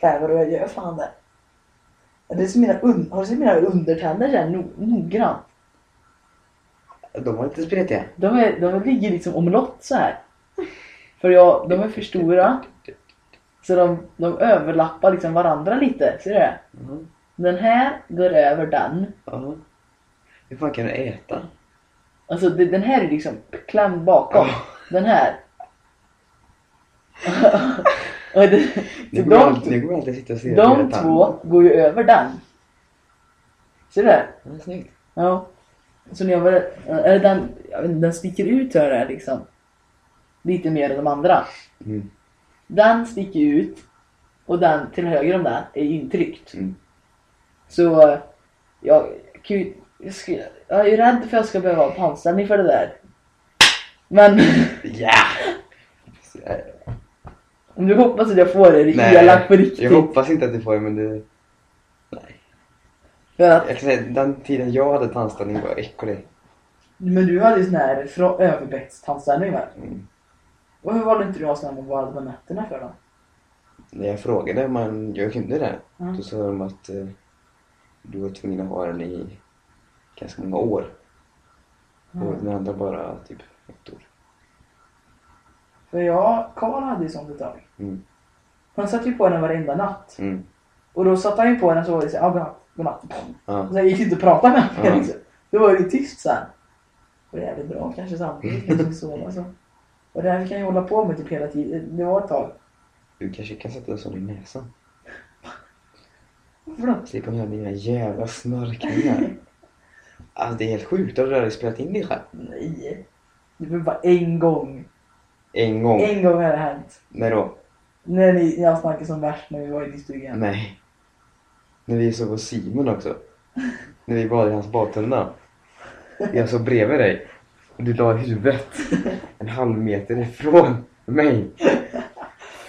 S1: bäver och jag gör fan det. det är som mina un- har du sett mina undertänder såhär no- noggrant?
S2: De var lite spretiga.
S1: De, är, de ligger liksom omelott så här. För jag, de är för stora. Så de, de överlappar liksom varandra lite. Ser du det?
S2: Mhm.
S1: Den här går över den.
S2: Ja. Hur fan kan du äta?
S1: Alltså det, den här är liksom klämd bakom.
S2: Ja.
S1: Den här. Och det,
S2: Nu
S1: så de,
S2: går, alltid, nu går alltid sitta och se
S1: de två går ju över den. Ser du det?
S2: Ja, snyggt.
S1: Ja. Så när jag var, eller den, jag vet inte, den sticker ut här där, liksom. Lite mer än de andra.
S2: Mm.
S1: Den sticker ut och den till höger om den är intryckt.
S2: Mm.
S1: Så eh, jag, kan ju- jag, ska, jag är ju rädd för att jag ska behöva ha pannställning för det där. Men
S2: Ja! Så, eh,
S1: om du hoppas att jag får det, det
S2: nej,
S1: är elakt på riktigt.
S2: Jag hoppas inte att du får det men det... Nej.
S1: För att,
S2: Jag kan säga, den tiden jag hade tandställning var äcklig.
S1: men du hade ju sån här fra- överbäckstandställning va?
S2: Mm.
S1: Och hur valde inte du att ha sån här bara på nätterna för då?
S2: När jag frågade om man jag kunde det,
S1: Mm.
S2: då sa de att eh, du var tvungen att ha den i ganska många år. Och den andra bara typ ett år.
S1: För jag, Karl hade ju sånt ett tag.
S2: Mm.
S1: Han satte ju på den varenda natt.
S2: Mm.
S1: Och då satte han ju på den så var det såhär, ja godnatt, godnatt.
S2: Ja.
S1: Och sen gick det inte att prata med honom.
S2: Ja.
S1: Liksom. Då var det ju tyst sen. Och det är väl bra kanske samtidigt. Kanske sova så. Och det här kan jag hålla på med typ hela tiden. Det var ett tag.
S2: Du kanske kan sätta en sån i näsan?
S1: Varför då?
S2: Slipper höra dina jävla snarkningar. Alltså det är helt sjukt, har du aldrig spelat in det själv?
S1: Nej. Det var bara en gång.
S2: En gång.
S1: En gång har det hänt.
S2: När då?
S1: När ni, när jag snackade som värst när vi var inne i stugan.
S2: Nej. När vi såg hos Simon också. När vi bad i hans badtunna. Jag såg bredvid dig. Och du la huvudet en halv meter ifrån mig.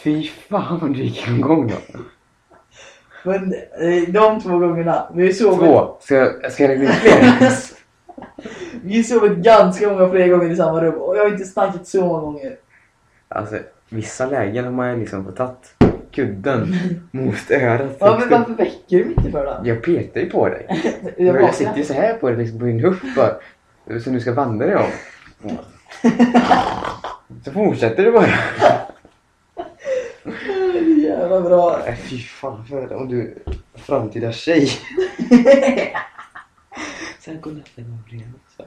S2: Fy fan vad du gick igång då.
S1: Men eh, de två gångerna. Vi sov,
S2: Två. Ska jag, ska jag räkna ut fler?
S1: vi sov ganska många fler gånger i samma rum. Och jag har inte snackat så många gånger.
S2: Alltså vissa lägen har man ju liksom fått tatt kudden mot örat.
S1: Ja, men varför väcker du mig inte för då?
S2: Jag petar ju på dig.
S1: Jag
S2: Jag,
S1: vaknar.
S2: sitter ju så här på dig liksom på din hupp bara. Som du ska vandra dig om. Så fortsätter du bara.
S1: Det är Jävla bra.
S2: Nej, Fy fan för om du framtida tjej. Sen går natten och blir så.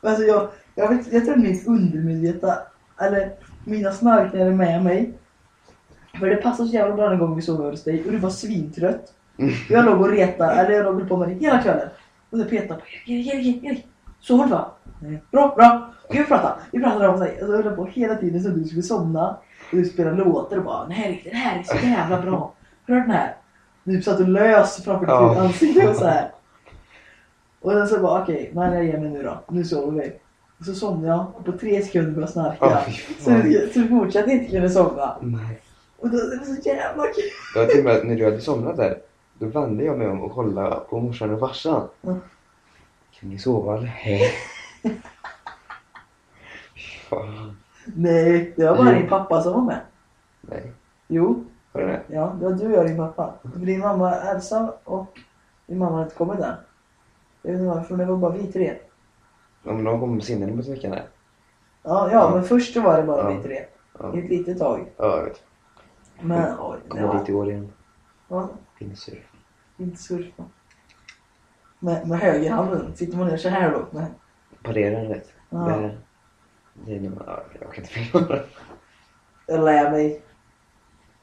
S1: Men Alltså jag, jag, vet, jag tror mitt undermedvetna, eller mina snarkningar är med mig. För det passade så jävla bra den gången vi sov över hos dig och du var svintrött. Jag låg och retade, eller jag låg och höll på med det hela kvällen. Och så petade jag på Erik, Erik, Erik, Erik, Så hårt va? Bra, bra. Ska vi prata? Vi pratade om dig. Alltså, jag höll på hela tiden så du skulle somna. Och du spelade låtar och bara nej Rickard, det här är så jävla bra. Har du hört den här? Du satt och lös framför
S2: Ja.
S1: ditt ansikte och så här. Och sen så bara okej, men jag ger mig nu då. Nu sover vi. Och så somnade jag och på tre sekunder började jag snarka.
S2: Ja, fy
S1: så,
S2: fan.
S1: du, så du fortsatte inte kunna somna.
S2: Nej.
S1: Och då, det var så jävla kul.
S2: Det var till och med att när du hade somnat där, då vände jag mig om och kollade på morsan och farsan.
S1: Mm.
S2: Kan ni sova eller? Hej. Fan.
S1: Nej, det var bara
S2: Jo.
S1: din pappa som var med.
S2: Nej.
S1: Jo,
S2: Var det det?
S1: ja, det var du och jag och din pappa. För din mamma Elsa och din mamma hade inte kommit än. Jag vet inte varför, det var bara vi tre.
S2: Om någon kommer senare mot veckan där?
S1: Ja, ja,
S2: Ja.
S1: men först så var det bara
S2: Ja.
S1: vi tre.
S2: Ja.
S1: I ett litet tag.
S2: Ja, jag vet.
S1: Men oj, det
S2: Kommer dit
S1: var...
S2: i år igen.
S1: Ja,
S2: Pinsurf.
S1: inte surfa. Med, med högerhanden sitter man ner så här då. Med,
S2: Parera den rätt.
S1: Ja.
S2: Där. Det är nog... Ja, jag kan inte förklara.
S1: jag lär mig.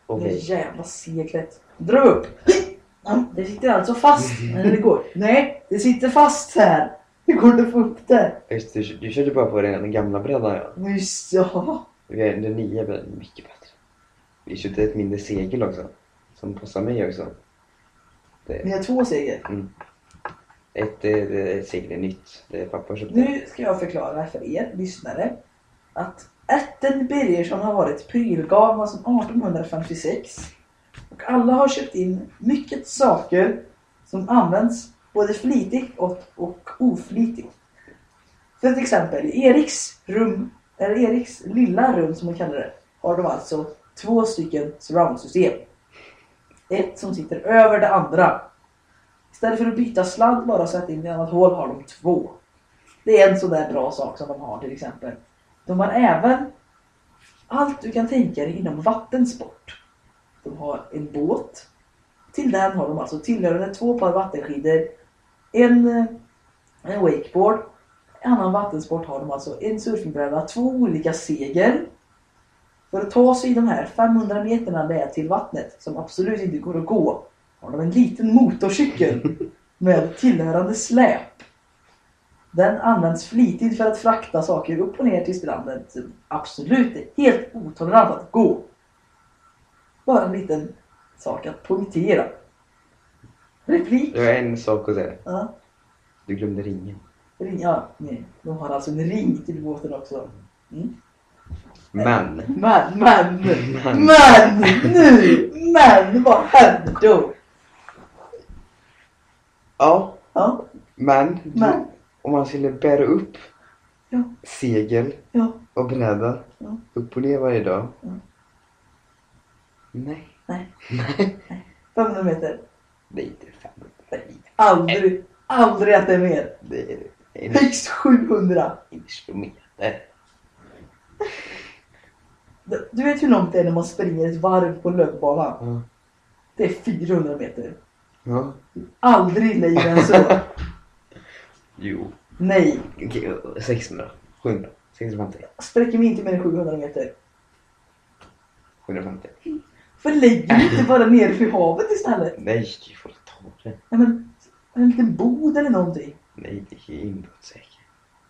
S2: Och
S1: Det
S2: vi...
S1: jävla seklet. Dra upp! Ja, det sitter alltså fast. Nej, det går. Nej, det sitter fast här. Det går inte att få upp det.
S2: Just, du, du körde bara på den gamla brädan ja.
S1: Men Just ja.
S2: Vi har den nya brädan. Mycket bättre. Vi köpte ett mindre segel också. Som passar mig också.
S1: Ni
S2: Det,
S1: har två seger.
S2: ett, eh, det, ett segel är nytt. Det är pappa köpte.
S1: Nu ska jag förklara för er lyssnare att ärten Birgersson har varit prylgava sedan 1856 och alla har köpt in mycket saker som används både flitigt och, och oflitigt. För till exempel i Eriks rum, eller Eriks lilla rum som man kallar det, har de alltså två stycken surroundsystem. Ett som sitter över det andra. Istället för att byta sladd bara och sätta in i ett annat hål har de två. Det är en sån där bra sak som de har till exempel. De har även allt du kan tänka dig inom vattensport. De har en båt. Till den har de alltså tillhörande två par vattenskidor, en, eh, en wakeboard, en annan vattensport har de alltså en surfingbräda, två olika segel. För att ta sig de här 500 meterna det är till vattnet, som absolut inte går att gå, har de en liten motorcykel med tillhörande släp. Den används flitigt för att frakta saker upp och ner till stranden. Så Absolut, det är helt otolerant att gå. Bara en liten sak att poängtera. Replik?
S2: Jag har en sak att säga.
S1: Ja.
S2: Du glömde ringen.
S1: Ring, ja, nej. De har alltså en ring till båten också. Mm.
S2: Men!
S1: Men, men,
S2: Men.
S1: men, nu, men, vad hände då?
S2: Ja,
S1: Ja,
S2: men. du-
S1: Men.
S2: Om man skulle bära upp
S1: Ja.
S2: segel
S1: ja,
S2: och bräda
S1: Ja.
S2: upp och ner varje dag.
S1: Ja.
S2: Nej.
S1: nej,
S2: Nej.
S1: 500 meter.
S2: Det är inte 500.
S1: Aldrig, aldrig att det är mer.
S2: Det är en,
S1: Högst 700.
S2: en kilometer.
S1: Du- Du vet hur långt det är när man springer ett varv på löpbanan?
S2: Ja.
S1: Det är 400 meter.
S2: Ja.
S1: Aldrig längre än så.
S2: Jo.
S1: Nej,
S2: Okej, 600. 700. 650.
S1: sträcker mig inte mer än 700 meter.
S2: 750.
S1: Förlägg mig inte bara ner vid havet istället.
S2: Nej, du får ta det.
S1: Nej, men en liten bod eller någonting.
S2: Nej, det är ju inbrottssäkert.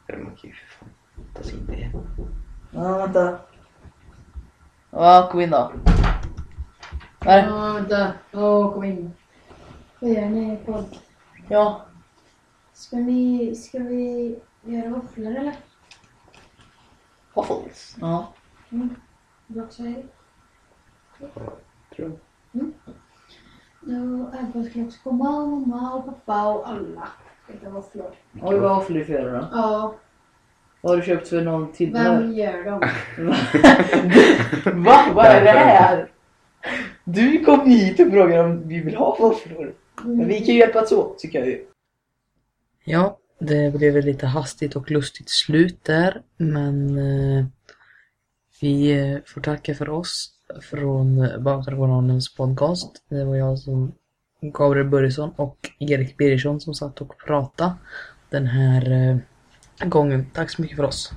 S2: Eller man kan ju för fan ta sig in det.
S1: Ja, vänta. Ja, kom in då. Där.
S4: Ja, vänta. Åh, kom in. Vad gör ni i podd?
S1: Ja.
S4: Ska vi, ska vi göra våfflor eller?
S1: Waffles. Ja.
S4: Blocksberg?
S2: Tror jag.
S4: Då Ebba skulle också komma, och mamma och pappa och alla. Äta våfflor.
S1: Har du wafflor i fjärran då?
S4: Ja,
S1: Vad har du köpt för någon timme?
S4: vem gör dem?
S1: Va? Vad är det här? Du kom ju hit och frågade om vi vill ha wafflor.
S4: Mm.
S1: Men vi kan ju hjälpas åt tycker jag ju.
S5: Ja, det blev ett lite hastigt och lustigt slut där, men eh, vi eh, får tacka för oss från Bankdragonanens podcast. Det var jag som Gabriel Börjesson och Erik Birgersson som satt och pratade den här eh, gången. Tack så mycket för oss.